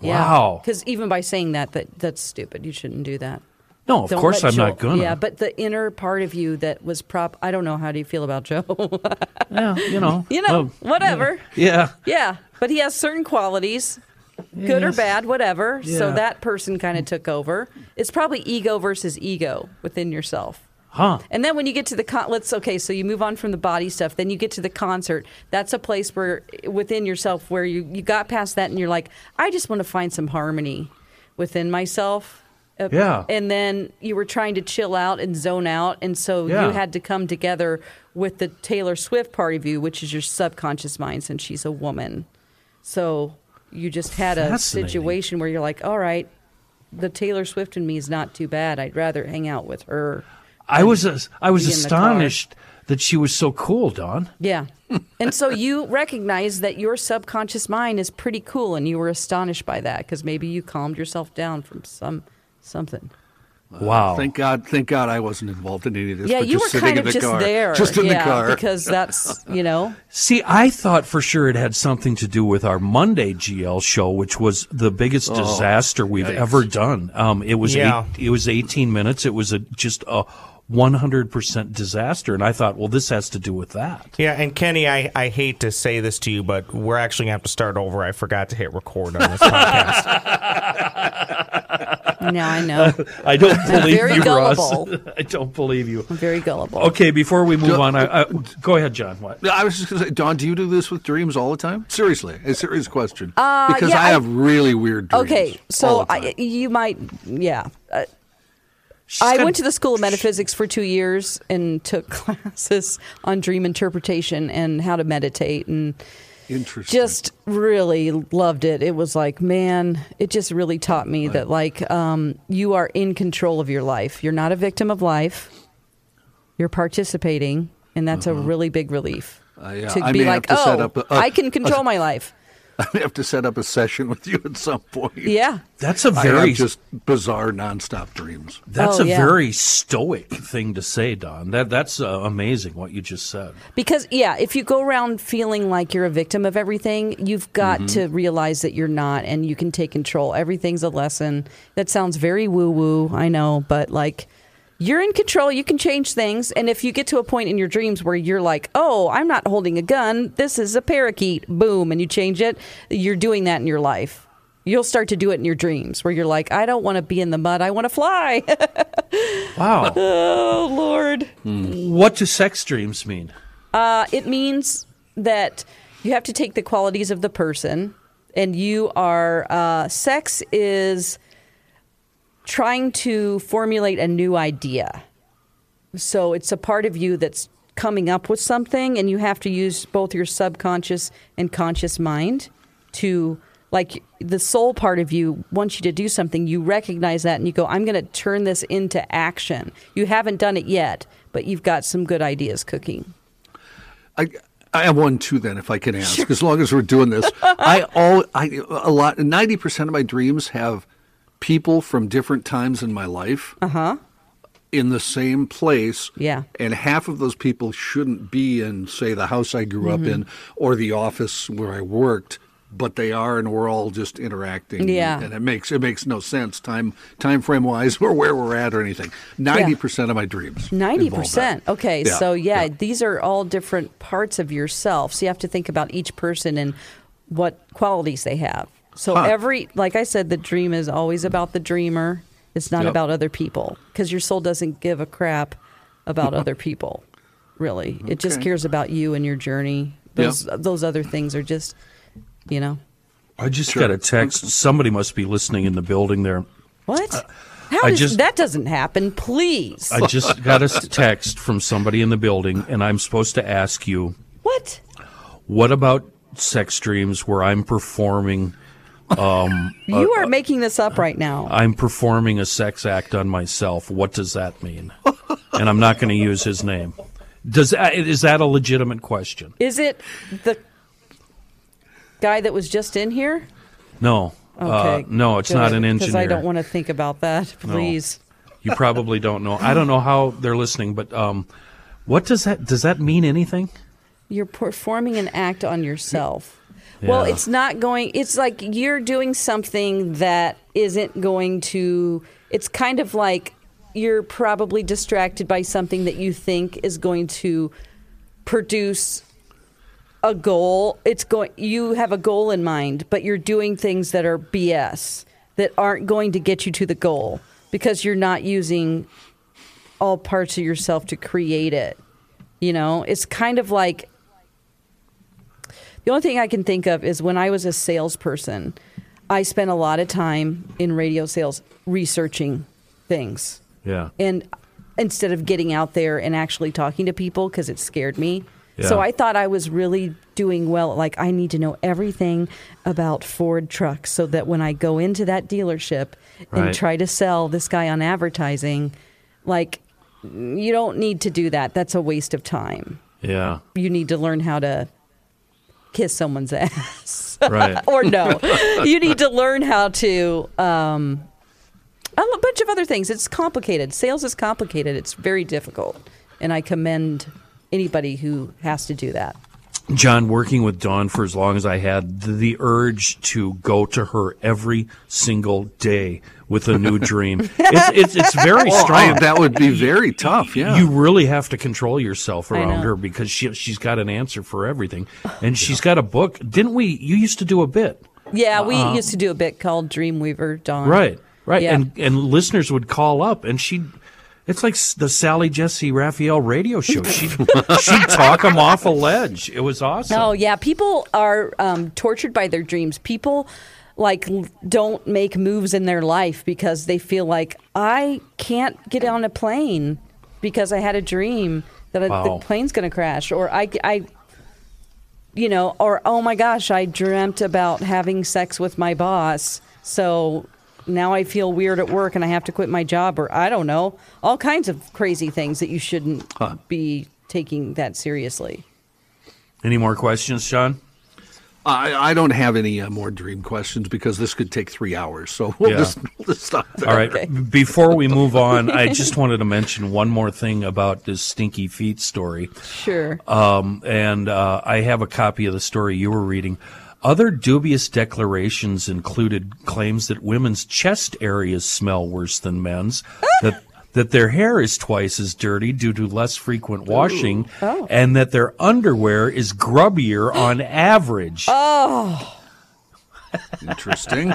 Speaker 2: Wow.
Speaker 3: Because even by saying that, that that's stupid. You shouldn't do that.
Speaker 2: No, of
Speaker 3: Don't
Speaker 2: course
Speaker 3: let
Speaker 2: I'm not
Speaker 3: Joe-
Speaker 2: gonna.
Speaker 3: Yeah, but the inner part of you that was prop. I don't know. How do you feel about Joe?
Speaker 2: Yeah, you know,
Speaker 3: you know,
Speaker 2: well,
Speaker 3: whatever.
Speaker 2: yeah,
Speaker 3: Yeah, but he has certain qualities, good or
Speaker 2: Yes.
Speaker 3: bad, whatever. So
Speaker 2: Yeah.
Speaker 3: that person kind of took over. It's probably ego versus ego within yourself.
Speaker 2: huh?
Speaker 3: And then when you get to the con, let's okay, so you move on from the body stuff. Then you get to the concert. That's a place where within yourself where you you got past that, and you're like, I just want to find some harmony within myself. Uh,
Speaker 2: Yeah.
Speaker 3: And then you were trying to chill out and zone out, and so
Speaker 2: Yeah.
Speaker 3: you had to come together with the Taylor Swift part of you, which is your subconscious mind, since she's a woman. So you just had a
Speaker 2: Fascinating.
Speaker 3: situation where you're like, all right. The Taylor Swift in me is not too bad. I'd rather hang out with her.
Speaker 2: I was as- I was
Speaker 3: Be in the car.
Speaker 2: astonished that she was so cool, Don.
Speaker 3: Yeah. and so you recognize that your subconscious mind is pretty cool and you were astonished by that because maybe you calmed yourself down from some something.
Speaker 2: Wow.
Speaker 4: Thank God, thank God I wasn't involved in any of this.
Speaker 3: yeah,
Speaker 4: but
Speaker 3: you
Speaker 4: just
Speaker 3: were
Speaker 4: sitting
Speaker 3: kind
Speaker 4: in
Speaker 3: of
Speaker 4: the
Speaker 3: just
Speaker 4: car,
Speaker 3: there.
Speaker 4: Just in
Speaker 3: yeah,
Speaker 4: the car.
Speaker 3: Because that's, you know,
Speaker 2: See, I thought for sure it had something to do with our Monday GL show, which was the biggest disaster we've
Speaker 4: yikes.
Speaker 2: ever done. Um, it was
Speaker 5: Yeah.
Speaker 2: eight, it was 18 minutes. It was a just a 100% disaster, and I thought, well, this has to do with that.
Speaker 5: Yeah, and Kenny, I, I hate to say this to you, but we're actually gonna have to start over. I forgot to hit record on this podcast.
Speaker 3: now I know.
Speaker 2: I don't believe
Speaker 3: very
Speaker 2: you,
Speaker 3: gullible.
Speaker 2: Russ. I don't believe you.
Speaker 3: I'm very gullible.
Speaker 2: Okay, before we move on, I, I, go ahead, John. What?
Speaker 4: Yeah, I was just going to say, Don, do you do this with dreams all the time? Seriously, a serious question. because
Speaker 3: Uh, yeah,
Speaker 4: I,
Speaker 3: I-
Speaker 4: have really weird dreams.
Speaker 3: Okay.
Speaker 4: all
Speaker 3: So
Speaker 4: the time.
Speaker 3: I, you might, yeah. Uh,
Speaker 2: She
Speaker 3: I
Speaker 2: said-
Speaker 3: went to the School of Metaphysics for two years and took classes on dream interpretation and how to meditate and.
Speaker 4: Interesting.
Speaker 3: just really loved it. It was like, man, it just really taught me that like um, you are in control of your life. You're not a victim of life. You're participating, and that's a really big relief.
Speaker 4: Uh-huh. Uh, yeah,
Speaker 3: To
Speaker 4: I
Speaker 3: be
Speaker 4: may have
Speaker 3: like,
Speaker 4: to
Speaker 3: oh,
Speaker 4: set up a- a-
Speaker 3: I can control my life.
Speaker 4: I have to set up a session with you at some point.
Speaker 3: Yeah.
Speaker 2: That's a
Speaker 4: I have
Speaker 2: very
Speaker 4: just bizarre nonstop dreams.
Speaker 2: that's
Speaker 3: Oh,
Speaker 2: a
Speaker 3: yeah.
Speaker 2: very stoic thing to say, Don. That that's uh, amazing what you just said.
Speaker 3: Because yeah, if you go around feeling like you're a victim of everything, you've got to realize that you're not and you can take control. Everything's a lesson. That sounds very woo-woo, I know, but like you're in control, you can change things, and if you get to a point in your dreams where you're like, "Oh, I'm not holding a gun. This is a parakeet." Boom, and you change it. You're doing that in your life. You'll start to do it in your dreams where you're like, "I don't want to be in the mud. I want to fly."
Speaker 2: Wow.
Speaker 3: oh, lord.
Speaker 2: what do sex dreams mean?
Speaker 3: Uh, it means that you have to take the qualities of the person and you are uh, sex is trying to formulate a new idea so it's a part of you that's coming up with something and you have to use both your subconscious and conscious mind to like the soul part of you wants you to do something you recognize that and you go i'm going to turn this into action you haven't done it yet but you've got some good ideas cooking
Speaker 4: I I have one too. Then, if I can ask, as long as we're doing this, I all I a lot ninety percent of my dreams have people from different times in my life. Uh huh. In the same place.
Speaker 3: Uh-huh. Yeah.
Speaker 4: And half of those people shouldn't be in, say, the house I grew up in
Speaker 3: Mm-hmm.
Speaker 4: or the office where I worked, but they are, and we're all just interacting.
Speaker 3: Yeah.
Speaker 4: And it makes it makes no sense time time frame wise or where we're at or anything. Ninety percent of my dreams. involve
Speaker 3: Ninety
Speaker 4: that.
Speaker 3: percent. Okay,
Speaker 4: Yeah,
Speaker 3: so yeah,
Speaker 4: yeah.
Speaker 3: these are all different parts of yourself. So you have to think about each person and what qualities they have. So
Speaker 4: Huh.
Speaker 3: every, like I said, the dream is always about the dreamer. It's not
Speaker 4: Yep.
Speaker 3: about other people because your soul doesn't give a crap about other people. Really, it just
Speaker 4: Okay.
Speaker 3: cares about you and your journey.
Speaker 4: Yep.
Speaker 3: Those those other things are just, you know,
Speaker 2: I just got a text. Somebody must be listening in the building there.
Speaker 3: what? How
Speaker 2: I
Speaker 3: does
Speaker 2: just-
Speaker 3: that doesn't happen? Please,
Speaker 2: I just got a text from somebody in the building, and I'm supposed to ask you,
Speaker 3: what?
Speaker 2: what about sex dreams where I'm performing?
Speaker 3: You are making this up right now.
Speaker 2: I'm performing a sex act on myself. What does that mean? and I'm not going to use his name. Does that, is that a legitimate question?
Speaker 3: Is it the guy that was just in here?
Speaker 2: No. Uh, no, it's not an
Speaker 3: Because
Speaker 2: engineer.
Speaker 3: I don't want to think about that, please.
Speaker 2: You probably don't know. I don't know how they're listening, but um, what does that does that mean anything?
Speaker 3: You're performing an act on yourself. Well,
Speaker 2: Yeah.
Speaker 3: it's not going, it's like you're doing something that isn't going to, it's kind of like you're probably distracted by something that you think is going to produce a goal. It's going. You have a goal in mind, but you're doing things that are BS that aren't going to get you to the goal because you're not using all parts of yourself to create it. You know, it's kind of like the only thing I can think of is when I was a salesperson, I spent a lot of time in radio sales researching things
Speaker 2: Yeah.
Speaker 3: and instead of getting out there and actually talking to people because it scared me so
Speaker 2: Yeah.
Speaker 3: i thought i was really doing well like i need to know everything about ford trucks so that when i go into that dealership
Speaker 2: Right.
Speaker 3: and try to sell this guy on advertising like you don't need to do that that's a waste of time
Speaker 2: yeah.
Speaker 3: you need to learn how to kiss someone's ass
Speaker 2: Right.
Speaker 3: or no. you need to learn how to um, a bunch of other things. It's complicated. Sales is complicated. It's very difficult, and I commend anybody who has to do that.
Speaker 2: John, working with Dawn for as long as I had, the, the urge to go to her every single day with a new dream. It's, it's, it's very
Speaker 4: Oh, I-
Speaker 2: strong.
Speaker 4: that would be very tough. Yeah.
Speaker 2: You really have to control yourself around
Speaker 3: know.
Speaker 2: her because she, she's got an answer for everything. And she's got a book. Didn't we? You used to do a bit.
Speaker 3: Yeah, we used to do a bit called Dreamweaver Dawn.
Speaker 2: Right, right.
Speaker 3: Yeah.
Speaker 2: And, and listeners would call up and she'd. It's like s- the Sally Jesse Raphael radio show. She'd, she'd talk them off a ledge. It was awesome.
Speaker 3: Oh yeah, people are um, tortured by their dreams. People like l- don't make moves in their life because they feel like I can't get on a plane because I had a dream that I,
Speaker 2: Wow.
Speaker 3: the plane's going to crash, or I, I, you know, or oh my gosh, I dreamt about having sex with my boss, so now I feel weird at work and I have to quit my job, or I don't know, all kinds of crazy things that you shouldn't be taking that seriously.
Speaker 2: Any more questions, Sean?
Speaker 4: I, I don't have any uh, more dream questions because this could take three hours. So we'll,
Speaker 2: Yeah.
Speaker 4: just, we'll just stop there.
Speaker 2: All right. Before we move on, I just wanted to mention one more thing about this stinky feet story.
Speaker 3: Sure.
Speaker 2: Um, and uh, I have a copy of the story you were reading. Other dubious declarations included claims that women's chest areas smell worse than men's, that that their hair is twice as dirty due to less frequent washing, and that their underwear is grubbier on average.
Speaker 4: Interesting.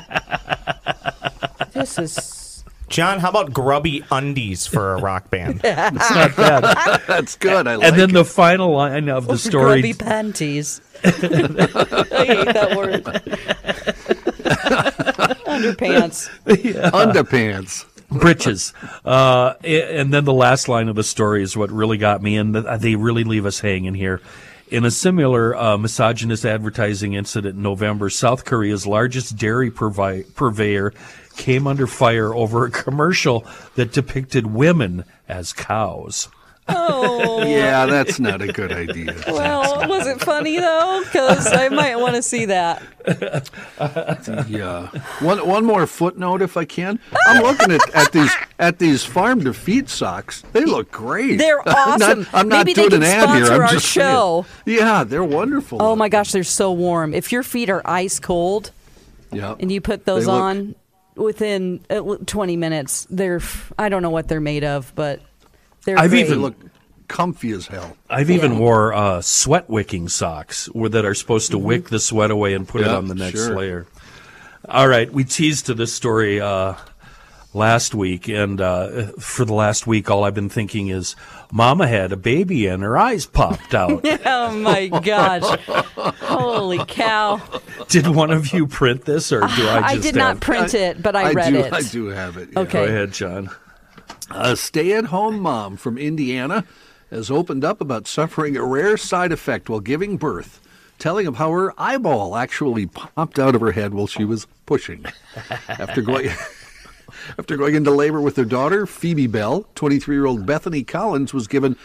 Speaker 3: this is
Speaker 5: John, how about grubby undies for a rock band?
Speaker 2: It's not bad.
Speaker 4: That's good. I like
Speaker 2: and then
Speaker 4: it.
Speaker 2: the final line of the story
Speaker 3: grubby panties. I hate that word. Underpants.
Speaker 4: underpants.
Speaker 2: britches. Uh, a- and then the last line of the story is what really got me, and th- they really leave us hanging here. In a similar uh, misogynist advertising incident in November, South Korea's largest dairy purvi- purveyor came under fire over a commercial that depicted women as cows.
Speaker 4: Yeah, that's not a good idea.
Speaker 3: Oh, Well, was it funny though? Because I might want to see that.
Speaker 4: Yeah. One one more footnote, if I can. I'm looking at, at these at these farm to feed socks. They look great.
Speaker 3: They're
Speaker 4: I'm not-
Speaker 3: awesome.
Speaker 4: I'm not
Speaker 3: Maybe they can
Speaker 4: doing an ad here.
Speaker 3: sponsor
Speaker 4: I'm
Speaker 3: our
Speaker 4: just saying.
Speaker 3: show.
Speaker 4: Yeah, they're wonderful.
Speaker 3: Oh my gosh, they're so warm. If your feet are ice cold
Speaker 4: Yeah.
Speaker 3: and you put those on within at l- 20 minutes, they're f- I don't know what they're made of, but they're
Speaker 2: I've
Speaker 3: great.
Speaker 4: They
Speaker 2: even-
Speaker 4: look comfy as hell.
Speaker 2: I've even wore uh, sweat wicking socks where, that are supposed to
Speaker 3: Mm-hmm.
Speaker 2: wick the sweat away and put it
Speaker 4: Yeah,
Speaker 2: on the next
Speaker 4: sure.
Speaker 2: layer. All right, we teased to this story uh, last week, and uh, for the last week, all I've been thinking is, Mama had a baby and her eyes popped out.
Speaker 3: Oh my gosh. Holy cow.
Speaker 2: did one of you print this, or do I just?
Speaker 3: I, did not
Speaker 2: have-
Speaker 3: print it, but I, read
Speaker 4: do,
Speaker 3: it.
Speaker 4: I do have it. yeah.
Speaker 3: Okay.
Speaker 2: Go ahead, John.
Speaker 4: A stay at home mom from Indiana has opened up about suffering a rare side effect while giving birth, telling of how her eyeball actually popped out of her head while she was pushing. After going. After going into labor with her daughter, Phoebe Bell, 23 year old Bethany Collins was given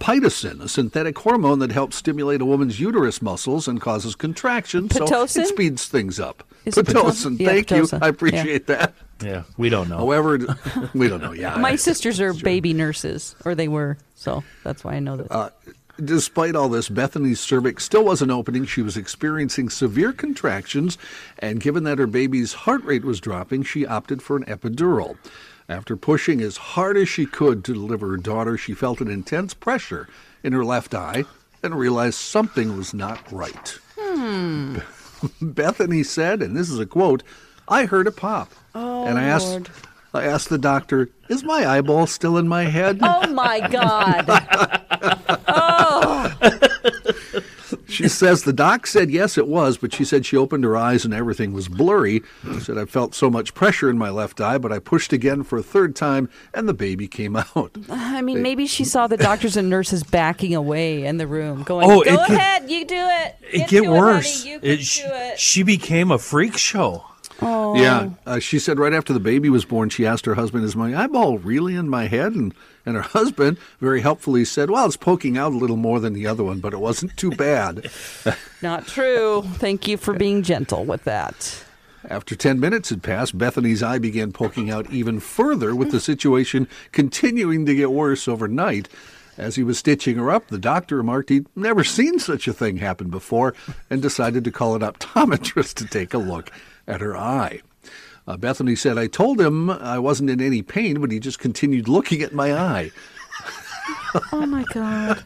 Speaker 4: pitocin, a synthetic hormone that helps stimulate a woman's uterus muscles and causes contractions. So
Speaker 3: Pitocin?
Speaker 4: it speeds things up.
Speaker 3: Is it
Speaker 4: pitocin,
Speaker 3: pitocin? Yeah,
Speaker 4: thank
Speaker 3: pitocin.
Speaker 4: you. I
Speaker 3: Yeah.
Speaker 4: appreciate that.
Speaker 2: Yeah, we don't know.
Speaker 4: However, we don't know. Yeah.
Speaker 3: My sisters are baby nurses, or they were, so that's why I know this.
Speaker 2: Uh,
Speaker 4: Despite all this, Bethany's cervix still wasn't opening. She was experiencing severe contractions, and given that her baby's heart rate was dropping, she opted for an epidural. After pushing as hard as she could to deliver her daughter, she felt an intense pressure in her left eye and realized something was not right.
Speaker 3: Hmm.
Speaker 4: Bethany said, and this is a quote, I heard a pop. Oh, and I asked
Speaker 3: Lord.
Speaker 4: I asked the doctor, is my eyeball still in my head?
Speaker 3: oh my God.
Speaker 4: She says the doc said yes, it was, but she said she opened her eyes and everything was blurry. She said I felt so much pressure in my left eye, but I pushed again for a third time and the baby came out.
Speaker 3: I mean, maybe she saw the doctors and nurses backing away in the room, going,
Speaker 2: Oh,
Speaker 3: "Go
Speaker 2: it get-
Speaker 3: ahead, you do it.
Speaker 2: it
Speaker 3: Get
Speaker 2: get
Speaker 3: to
Speaker 2: worse.
Speaker 3: It, honey. You
Speaker 2: It-
Speaker 3: can
Speaker 2: she,
Speaker 3: do it."
Speaker 2: she became a freak show.
Speaker 4: Yeah, uh, she said right after the baby was born, she asked her husband, "Is my eyeball really in my head?" And and her husband very helpfully said, "Well, it's poking out a little more than the other one, but it wasn't too bad."
Speaker 3: Not true. Thank you for being gentle with that.
Speaker 4: After 10 minutes had passed, Bethany's eye began poking out even further, with the situation continuing to get worse overnight. As he was stitching her up, the doctor remarked he'd never seen such a thing happen before and decided to call an optometrist to take a look at her eye. Uh, Bethany said, I told him I wasn't in any pain, but he just continued looking at my eye.
Speaker 3: Oh my God.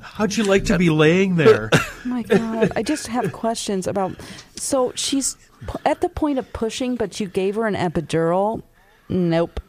Speaker 2: How'd you like to be laying there?
Speaker 3: Oh my God. I just have questions about. So she's pu- at the point of pushing, but you gave her an epidural. Nope.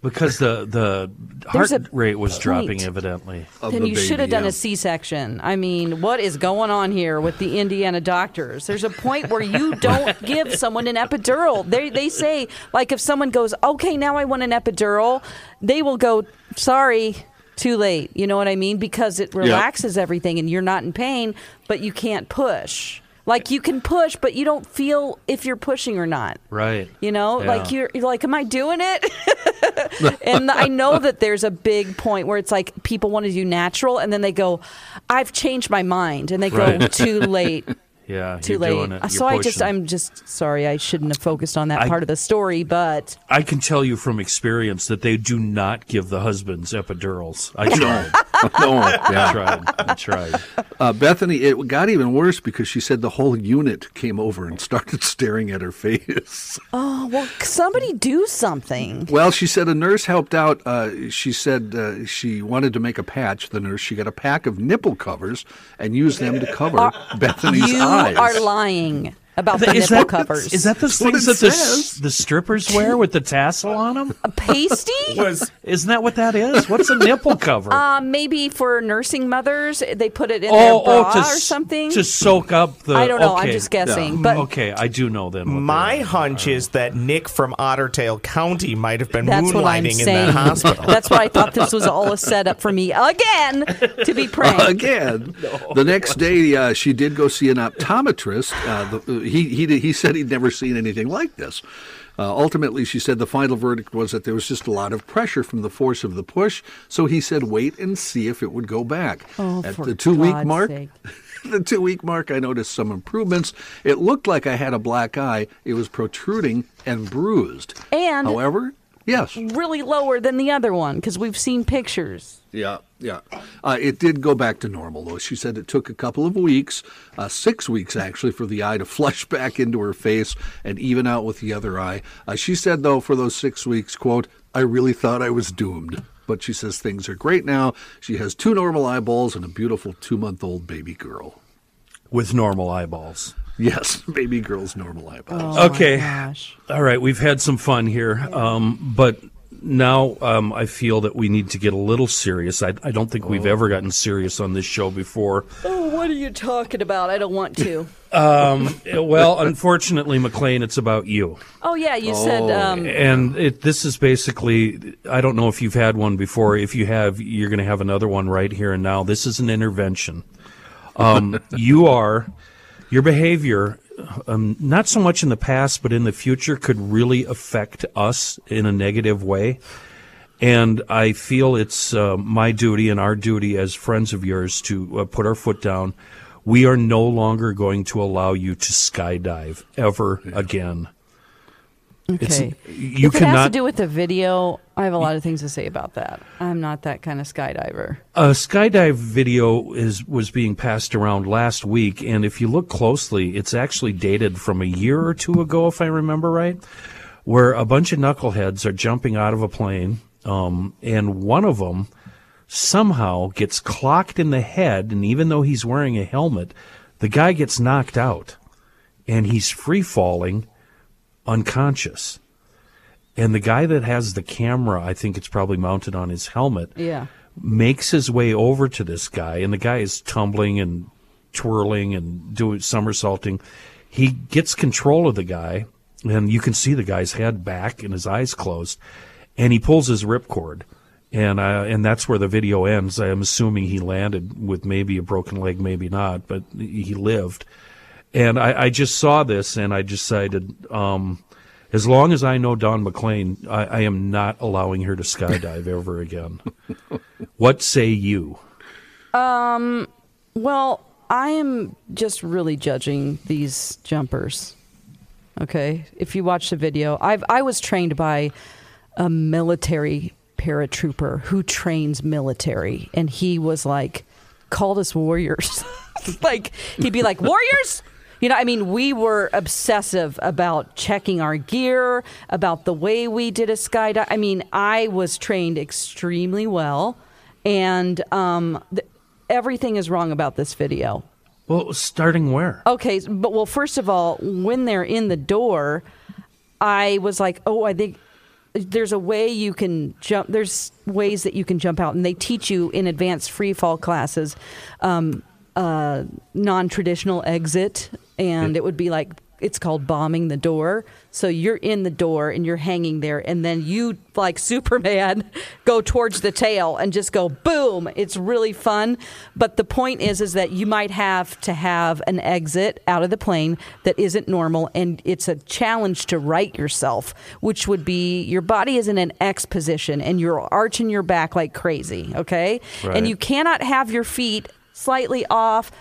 Speaker 2: Because the the
Speaker 3: There's
Speaker 2: heart
Speaker 3: a
Speaker 2: rate was
Speaker 3: point.
Speaker 2: dropping evidently.
Speaker 4: Of
Speaker 3: then
Speaker 4: the
Speaker 3: you
Speaker 4: baby,
Speaker 3: should have done
Speaker 4: yeah.
Speaker 3: a C-section. I mean, what is going on here with the Indiana doctors? There's a point where you don't give someone an epidural. They they say like if someone goes, "Okay, now I want an epidural," they will go, "Sorry, too late." You know what I mean? Because it relaxes everything and you're not in pain, but you can't push. Like you can push, but you don't feel if you're pushing or not.
Speaker 2: Right.
Speaker 3: You know,
Speaker 2: Yeah.
Speaker 3: like you're, you're like, am I doing it? and I know that there's a big point where it's like people want to do natural, and then they go, I've changed my mind, and they go
Speaker 2: Right.
Speaker 3: too late.
Speaker 2: Yeah,
Speaker 3: Too
Speaker 2: you're
Speaker 3: late.
Speaker 2: doing it.
Speaker 3: Uh,
Speaker 2: You're
Speaker 3: so I just,
Speaker 2: pushing.
Speaker 3: I'm just sorry. I shouldn't have focused on that
Speaker 2: I-
Speaker 3: part of the story, but
Speaker 2: I can tell you from experience that they do not give the husbands epidurals. I tried.
Speaker 4: no,
Speaker 2: I
Speaker 4: yeah.
Speaker 2: tried. I tried.
Speaker 4: Uh, Bethany, it got even worse because she said the whole unit came over and started staring at her face.
Speaker 3: oh well, c- somebody do something.
Speaker 4: Well, she said a nurse helped out. Uh, she said uh, she wanted to make a patch. The nurse, she got a pack of nipple covers and used them to cover Bethany's
Speaker 3: you
Speaker 4: eyes.
Speaker 3: are lying about the
Speaker 2: is
Speaker 3: nipple
Speaker 2: that,
Speaker 3: covers.
Speaker 2: Is that the
Speaker 4: what
Speaker 2: things
Speaker 4: it
Speaker 2: that the,
Speaker 4: says.
Speaker 2: the strippers wear with the tassel on them?
Speaker 3: a pasty?
Speaker 5: Was
Speaker 2: Isn't that what that is? What's a nipple cover?
Speaker 3: Uh, maybe for nursing mothers, they put it in
Speaker 2: oh,
Speaker 3: their
Speaker 2: oh,
Speaker 3: bra
Speaker 2: to,
Speaker 3: or
Speaker 2: s-
Speaker 3: something.
Speaker 2: to soak up the.
Speaker 3: I don't know. I'm
Speaker 2: okay.
Speaker 3: just guessing,
Speaker 2: Mm,
Speaker 3: but
Speaker 2: okay, I do know them.
Speaker 5: my hunch is that Nick from Ottertail County might have been
Speaker 3: that's what I'm
Speaker 5: moonlighting in
Speaker 3: saying.
Speaker 5: that hospital.
Speaker 3: that's why I thought this was all a setup for me again to be pranked.
Speaker 4: Again, the next day uh, she did go see an optometrist. Uh, the, he, he did- he said he'd never seen anything like this. Uh, ultimately, she said the final verdict was that there was just a lot of pressure from the force of the push. So he said, "Wait and see if it would go back."
Speaker 3: Oh,
Speaker 4: At
Speaker 3: for
Speaker 4: the two-week
Speaker 3: God's
Speaker 4: mark,
Speaker 3: sake.
Speaker 4: the two week mark, I noticed some improvements. It looked like I had a black eye. It was protruding and bruised.
Speaker 3: And-
Speaker 4: however, yes,
Speaker 3: really lower than the other one because we've seen pictures.
Speaker 4: yeah, yeah. Uh, it did go back to normal, though. She said it took a couple of weeks, uh, six weeks actually, for the eye to flush back into her face and even out with the other eye. Uh, she said, though, for those six weeks, quote, I really thought I was doomed. But she says things are great now. She has two normal eyeballs and a beautiful two month old baby girl.
Speaker 2: with normal eyeballs.
Speaker 4: Yes, baby girl's normal eyeballs.
Speaker 2: okay.
Speaker 3: gosh.
Speaker 2: All right, we've had some fun here, um, but now um, I feel that we need to get a little serious. I, I don't think we've ever gotten serious on this show before.
Speaker 3: Oh, what are you talking about? I don't want to.
Speaker 2: Uh, well, unfortunately, McLean, it's about you,
Speaker 3: Oh yeah, you said um,
Speaker 2: and it, this is basically. I don't know if you've had one before. If you have, you're going to have another one right here and now. This is an intervention. Um, you are your behavior. Um, not so much in the past, but in the future, could really affect us in a negative way. And I feel it's uh, my duty and our duty as friends of yours to uh, put our foot down. We are no longer going to allow you to skydive ever again.
Speaker 3: okay.
Speaker 2: You
Speaker 3: if it has to
Speaker 2: cannot.
Speaker 3: do with the video, I have a lot of things to say about that. I'm not that kind of skydiver.
Speaker 2: a skydive video is was being passed around last week, and if you look closely, it's actually dated from a year or two ago, if I remember right, where a bunch of knuckleheads are jumping out of a plane, um, and one of them somehow gets clocked in the head, and even though he's wearing a helmet, the guy gets knocked out, and he's free falling, unconscious. And the guy that has the camera, I think it's probably mounted on his helmet
Speaker 3: Yeah.
Speaker 2: makes his way over to this guy, and the guy is tumbling and twirling and doing somersaulting. He gets control of the guy, and you can see the guy's head back and his eyes closed, and he pulls his ripcord. And uh, and that's where the video ends. I'm assuming he landed with maybe a broken leg, maybe not, but he lived. And I, I just saw this, and I decided, um, as long as I know Don McLean, I, I am not allowing her to skydive ever again. What say you?
Speaker 3: Well, I am just really judging these jumpers. Okay, if you watch the video, I've I was trained by a military paratrooper who trains military, and he was like, called us warriors. like he'd be like warriors. You know, I mean, we were obsessive about checking our gear, about the way we did a skydive. I mean, I was trained extremely well, and um, th- everything is wrong about this video.
Speaker 2: Well, starting where?
Speaker 3: Okay, s- but well, first of all, when they're in the door, I was like, oh, I think there's a way you can jump. There's ways that you can jump out, and they teach you in advanced free fall classes, um, uh, non traditional exit, and it would be like it's called bombing the door. So you're in the door and you're hanging there, and then you like Superman go towards the tail and just go boom. It's really fun, but the point is is that you might have to have an exit out of the plane that isn't normal, and it's a challenge to right yourself, which would be your body is in an X position and you're arching your back like crazy. Okay,
Speaker 2: Right.
Speaker 3: and you cannot have your feet slightly off.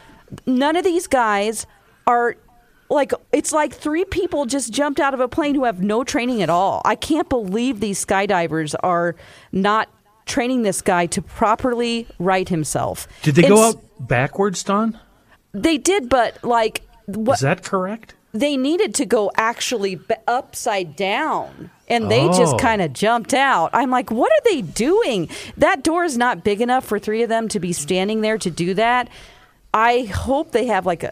Speaker 3: None of these guys are like it's like three people just jumped out of a plane who have no training at all. I can't believe these skydivers are not training this guy to properly right himself.
Speaker 2: Did they go
Speaker 3: It's-
Speaker 2: out backwards, Don?
Speaker 3: They did, but like what
Speaker 2: Is that correct?
Speaker 3: they needed to go actually b- upside down and they
Speaker 2: Oh.
Speaker 3: just kind of jumped out. I'm like, what are they doing? That door is not big enough for three of them to be standing there to do that. I hope they have like a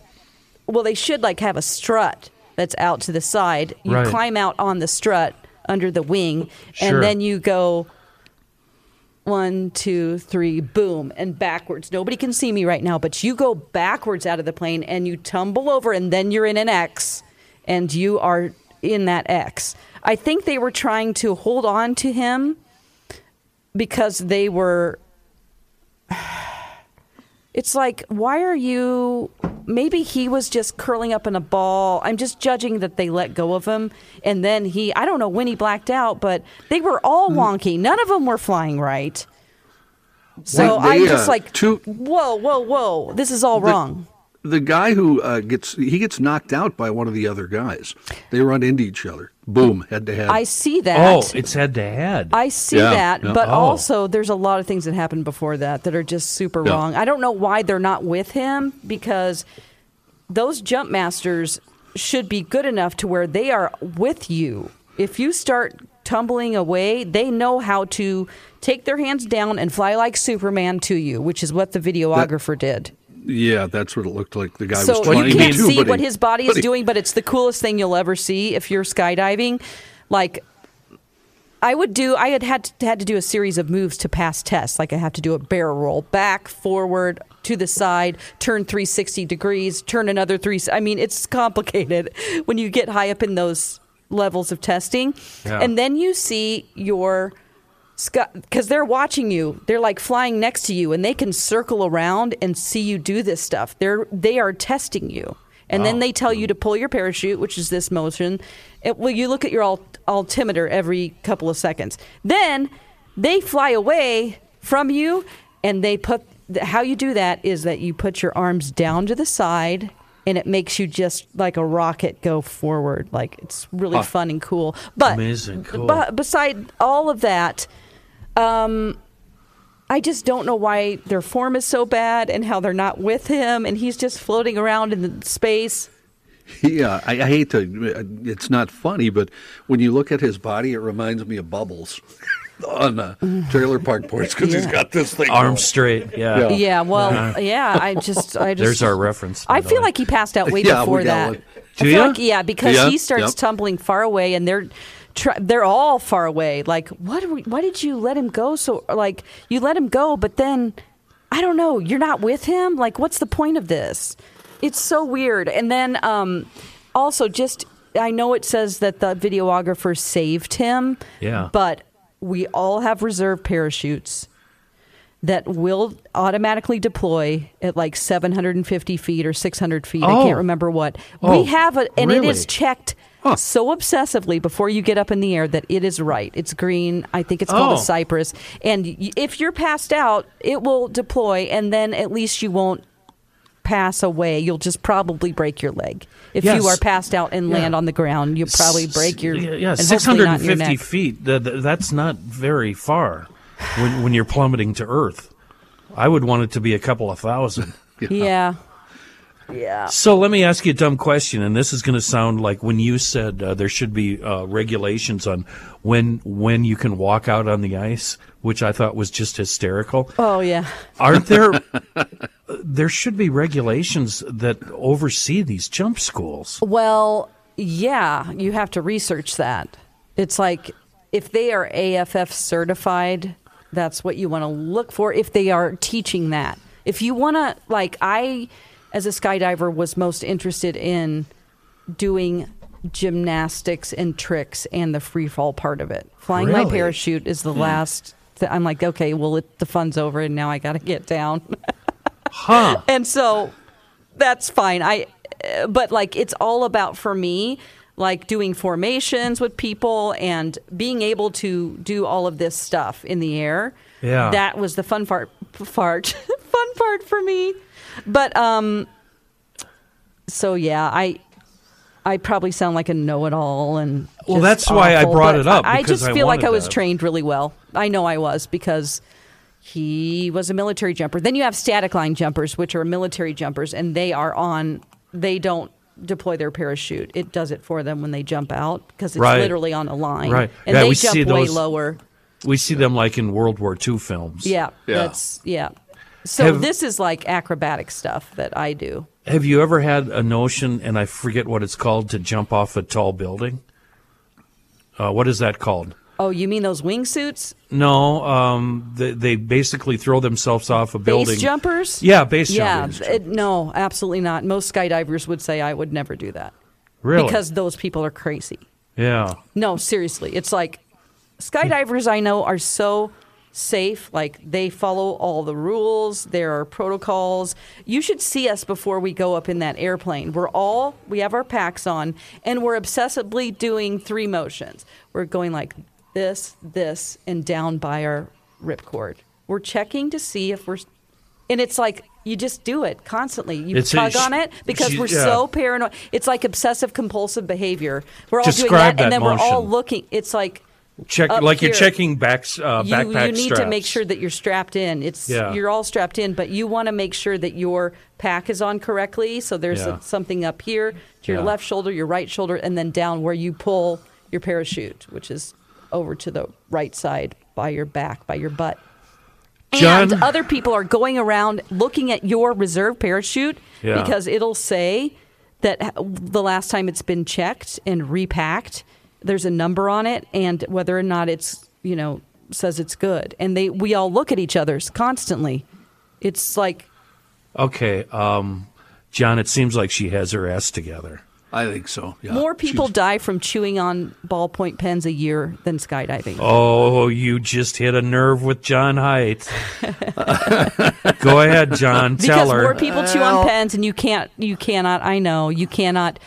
Speaker 3: well, they should like have a strut that's out to the side. You
Speaker 2: Right.
Speaker 3: climb out on the strut under the wing
Speaker 2: Sure.
Speaker 3: and then you go one, two, three, boom, and backwards. Nobody can see me right now, but you go backwards out of the plane and you tumble over, and then you're in an X, and you are in that X. I think they were trying to hold on to him because they were. It's like, why are you. Maybe he was just curling up in a ball. I'm just judging that they let go of him. And then he, I don't know when he blacked out, but they were all wonky. None of them were flying right. So
Speaker 4: Well, they,
Speaker 3: I'm just
Speaker 4: uh,
Speaker 3: like,
Speaker 4: two-
Speaker 3: whoa, whoa, whoa, this is all wrong.
Speaker 4: The guy who uh, gets he gets knocked out by one of the other guys. They run into each other. Boom, head to head.
Speaker 3: I see that.
Speaker 2: Oh, it's head to head.
Speaker 3: I see
Speaker 4: Yeah,
Speaker 3: that,
Speaker 4: yeah.
Speaker 3: but
Speaker 2: Oh.
Speaker 3: also there's a lot of things that happened before that that are just super
Speaker 4: Yeah.
Speaker 3: wrong. I don't know why they're not with him because those jump masters should be good enough to where they are with you. If you start tumbling away, they know how to take their hands down and fly like Superman to you, which is what the videographer did.
Speaker 4: yeah, that's what it looked like. The guy
Speaker 3: so
Speaker 4: was trying
Speaker 3: you
Speaker 4: to
Speaker 3: can't
Speaker 4: do,
Speaker 3: see
Speaker 4: but
Speaker 3: what
Speaker 4: he-
Speaker 3: his body
Speaker 4: but
Speaker 3: is
Speaker 4: he-
Speaker 3: doing, but it's the coolest thing you'll ever see if you're skydiving. Like I would do, I had had to, had to do a series of moves to pass tests. Like I have to do a barrel roll back, forward, to the side, turn 360 degrees, turn another three. I mean, it's complicated when you get high up in those levels of testing,
Speaker 2: Yeah.
Speaker 3: and then you see your because they're watching you. They're like flying next to you, and they can circle around and see you do this stuff. They're they are testing you, and then they tell
Speaker 2: Hmm.
Speaker 3: you to pull your parachute, which is this motion. It, well, you look at your alt- altimeter every couple of seconds. Then they fly away from you, and they put th- how you do that is that you put your arms down to the side. And it makes you just like a rocket go forward. Like it's really fun and cool. But
Speaker 2: Amazing, cool.
Speaker 3: but beside all of that, I just don't know why their form is so bad and how they're not with him and he's just floating around in the space.
Speaker 4: Yeah, uh, I, I hate to. uh, It's not funny, but when you look at his body, it reminds me of Bubbles on uh, Trailer Park Boys because he's got this thing.
Speaker 2: Arm straight. Yeah.
Speaker 4: Yeah.
Speaker 3: Yeah, well, yeah, I just I just
Speaker 2: There's our reference, by
Speaker 3: I
Speaker 2: the
Speaker 3: feel
Speaker 2: way.
Speaker 3: like he passed out way
Speaker 4: Yeah, we
Speaker 3: before
Speaker 4: got
Speaker 3: that.
Speaker 4: one.
Speaker 3: I
Speaker 2: Do
Speaker 3: feel
Speaker 2: ya?
Speaker 3: like yeah, because
Speaker 4: Yeah,
Speaker 3: he starts
Speaker 4: yep.
Speaker 3: tumbling far away and they're try, they're all far away. Like, what are we, why did you let him go so like you let him go but then I don't know, you're not with him? Like what's the point of this? It's so weird. And then um also just I know it says that the videographer saved him.
Speaker 2: Yeah.
Speaker 3: But we all have reserve parachutes that will automatically deploy at like 750 feet or 600 feet. I
Speaker 2: Oh.
Speaker 3: can't remember what.
Speaker 2: Oh,
Speaker 3: we have a, and
Speaker 2: really?
Speaker 3: it is checked so obsessively before you get up in the air that it is right. It's green. I think it's called
Speaker 2: Oh.
Speaker 3: a cypress. And y- if you're passed out, it will deploy, and then at least you won't pass away. You'll just probably break your leg. If
Speaker 2: Yes.
Speaker 3: you are passed out and land on the ground, you'll probably break your
Speaker 2: yeah, yeah
Speaker 3: and hopefully not
Speaker 2: 650
Speaker 3: your neck.
Speaker 2: feet th- th- that's not very far when, when you're plummeting to earth i would want it to be a couple of thousand
Speaker 3: Yeah.
Speaker 2: so let me ask you a dumb question and this is going to sound like when you said uh, there should be uh, regulations on when when you can walk out on the ice which i thought was just hysterical
Speaker 3: Oh yeah.
Speaker 2: aren't there there should be regulations that oversee these jump schools
Speaker 3: Well, yeah, you have to research that. It's like if they are AFF certified, that's what you want to look for if they are teaching that. If you want to like I as a skydiver was most interested in doing gymnastics and tricks and the free fall part of it. Flying my
Speaker 2: Really? Hmm.
Speaker 3: parachute is the last th- I'm like, okay, well, it, the fun's over and now I got to get down.
Speaker 2: huh
Speaker 3: and so that's fine i uh, but like it's all about for me like doing formations with people and being able to do all of this stuff in the air
Speaker 2: Yeah.
Speaker 3: that was the fun part part fun part for me but um so yeah, I I probably sound like a know-it-all and
Speaker 2: Well,
Speaker 3: just
Speaker 2: that's why I
Speaker 3: awful,
Speaker 2: brought
Speaker 3: but
Speaker 2: it up,
Speaker 3: I I
Speaker 2: because
Speaker 3: just
Speaker 2: I
Speaker 3: feel like
Speaker 2: wanted
Speaker 3: I was
Speaker 2: that.
Speaker 3: trained really well. I know I was because he was a military jumper. Then you have static line jumpers, which are military jumpers, and they are on. They don't deploy their parachute. It does it for them when they jump out because it's
Speaker 2: Right.
Speaker 3: literally on a line,
Speaker 2: Right.
Speaker 3: and
Speaker 2: Yeah,
Speaker 3: they
Speaker 2: we
Speaker 3: jump
Speaker 2: see
Speaker 3: way
Speaker 2: those-
Speaker 3: lower.
Speaker 2: We see them like in World War II films.
Speaker 3: Yeah,
Speaker 4: Yeah.
Speaker 3: that's yeah. So
Speaker 2: Have-
Speaker 3: this is like acrobatic stuff that I do.
Speaker 2: Have you ever had a notion, and I forget what it's called, to jump off a tall building? Uh, what is that called?
Speaker 3: Oh, you mean those wingsuits?
Speaker 2: No, um, they, they basically throw themselves off a building.
Speaker 3: Base jumpers?
Speaker 2: Yeah, base
Speaker 3: yeah,
Speaker 2: jumpers.
Speaker 3: it- no, absolutely not. Most skydivers would say I would never do that
Speaker 2: really?
Speaker 3: because those people are crazy.
Speaker 2: yeah,
Speaker 3: No, seriously, it's like skydivers I know are so safe. Like they follow all the rules. There are protocols. You should see us before we go up in that airplane. We're all we have our packs on, and we're obsessively doing three motions. We're going like this, this, and down by our ripcord. We're checking to see if we're, and it's like. You just do it constantly. You
Speaker 2: It's a-
Speaker 3: tug on it because
Speaker 2: she-
Speaker 3: we're
Speaker 2: yeah.
Speaker 3: so paranoid. It's like obsessive compulsive behavior. We're all doing
Speaker 2: Describe
Speaker 3: that, and
Speaker 2: that
Speaker 3: then we're all
Speaker 2: motion.
Speaker 3: looking. It's like
Speaker 2: check
Speaker 3: up
Speaker 2: like you're
Speaker 3: here.
Speaker 2: checking back uh,
Speaker 3: you,
Speaker 2: backpack
Speaker 3: you need to make
Speaker 2: straps.
Speaker 3: sure that you're strapped in. It's
Speaker 2: Yeah.
Speaker 3: you're all strapped in, but you want to make sure that your pack is on correctly. So there's
Speaker 2: Yeah.
Speaker 3: a, something up here to your
Speaker 2: Yeah.
Speaker 3: left shoulder, your right shoulder, and then down where you pull your parachute, which is over to the right side by your back, by your butt.
Speaker 2: John-
Speaker 3: and other people are going around looking at your reserve parachute
Speaker 2: Yeah.
Speaker 3: because it'll say that h- the last time it's been checked and repacked there's a number on it and whether or not it's you know says it's good and they we all look at each other's constantly it's like
Speaker 2: Okay, um, John, it seems like she has her ass together.
Speaker 4: I think so. Yeah.
Speaker 3: more people
Speaker 4: She's-
Speaker 3: die from chewing on ballpoint pens a year than skydiving
Speaker 2: Oh, you just hit a nerve with John Height. Go ahead, John.
Speaker 3: because
Speaker 2: Tell her.
Speaker 3: more people chew on pens and you can't you cannot i know you cannot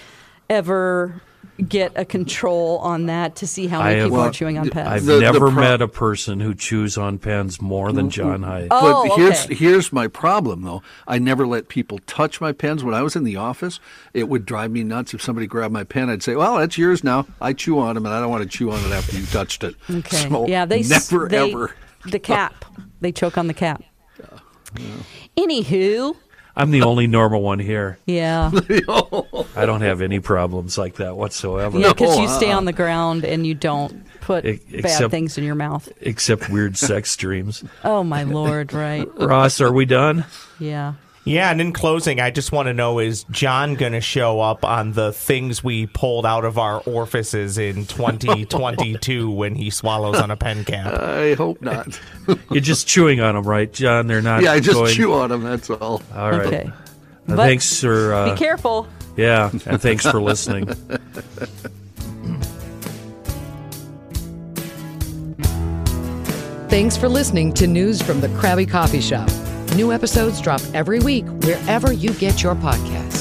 Speaker 3: ever get a control on that to see how
Speaker 2: I
Speaker 3: many
Speaker 2: have-
Speaker 3: people are
Speaker 2: Well,
Speaker 3: chewing on pens
Speaker 2: I've
Speaker 4: The- the
Speaker 2: never
Speaker 4: pro-
Speaker 2: met a person who chews on pens more than John Height.
Speaker 3: Oh,
Speaker 4: but here's
Speaker 3: okay.
Speaker 4: here's my problem though. I never let people touch my pens. When I was in the office, it would drive me nuts if somebody grabbed my pen. I'd say, "Well, that's yours now. I chew on them, and I don't want to chew on it after you touched it."
Speaker 3: Okay.
Speaker 4: So,
Speaker 3: yeah, they s-
Speaker 4: never
Speaker 3: they-
Speaker 4: ever.
Speaker 3: the cap. they choke on the cap. Anywho,
Speaker 2: I'm the only normal one here.
Speaker 3: yeah,
Speaker 2: I don't have any problems like that whatsoever,
Speaker 3: yeah, because
Speaker 4: No, uh-uh.
Speaker 3: you stay on the ground and you don't put
Speaker 2: E-
Speaker 3: bad
Speaker 2: except-
Speaker 3: things in your mouth.
Speaker 2: except weird sex dreams.
Speaker 3: Oh my lord! Right?
Speaker 2: Ross, are we done?
Speaker 3: Yeah.
Speaker 5: Yeah, and in closing, I just want to know is John going to show up on the things we pulled out of our orifices in 2022 when he swallows on a pen cap?
Speaker 4: I hope not.
Speaker 2: You're just chewing on them, right, John? They're not.
Speaker 4: yeah, I just
Speaker 2: going-
Speaker 4: chew on them. That's all.
Speaker 2: All right.
Speaker 3: Okay.
Speaker 2: Uh,
Speaker 3: But-
Speaker 2: thanks for uh,
Speaker 3: Be careful.
Speaker 2: yeah, and thanks for listening.
Speaker 1: Thanks for listening to News from the Krabby Coffee Shop. New episodes drop every week wherever you get your podcasts.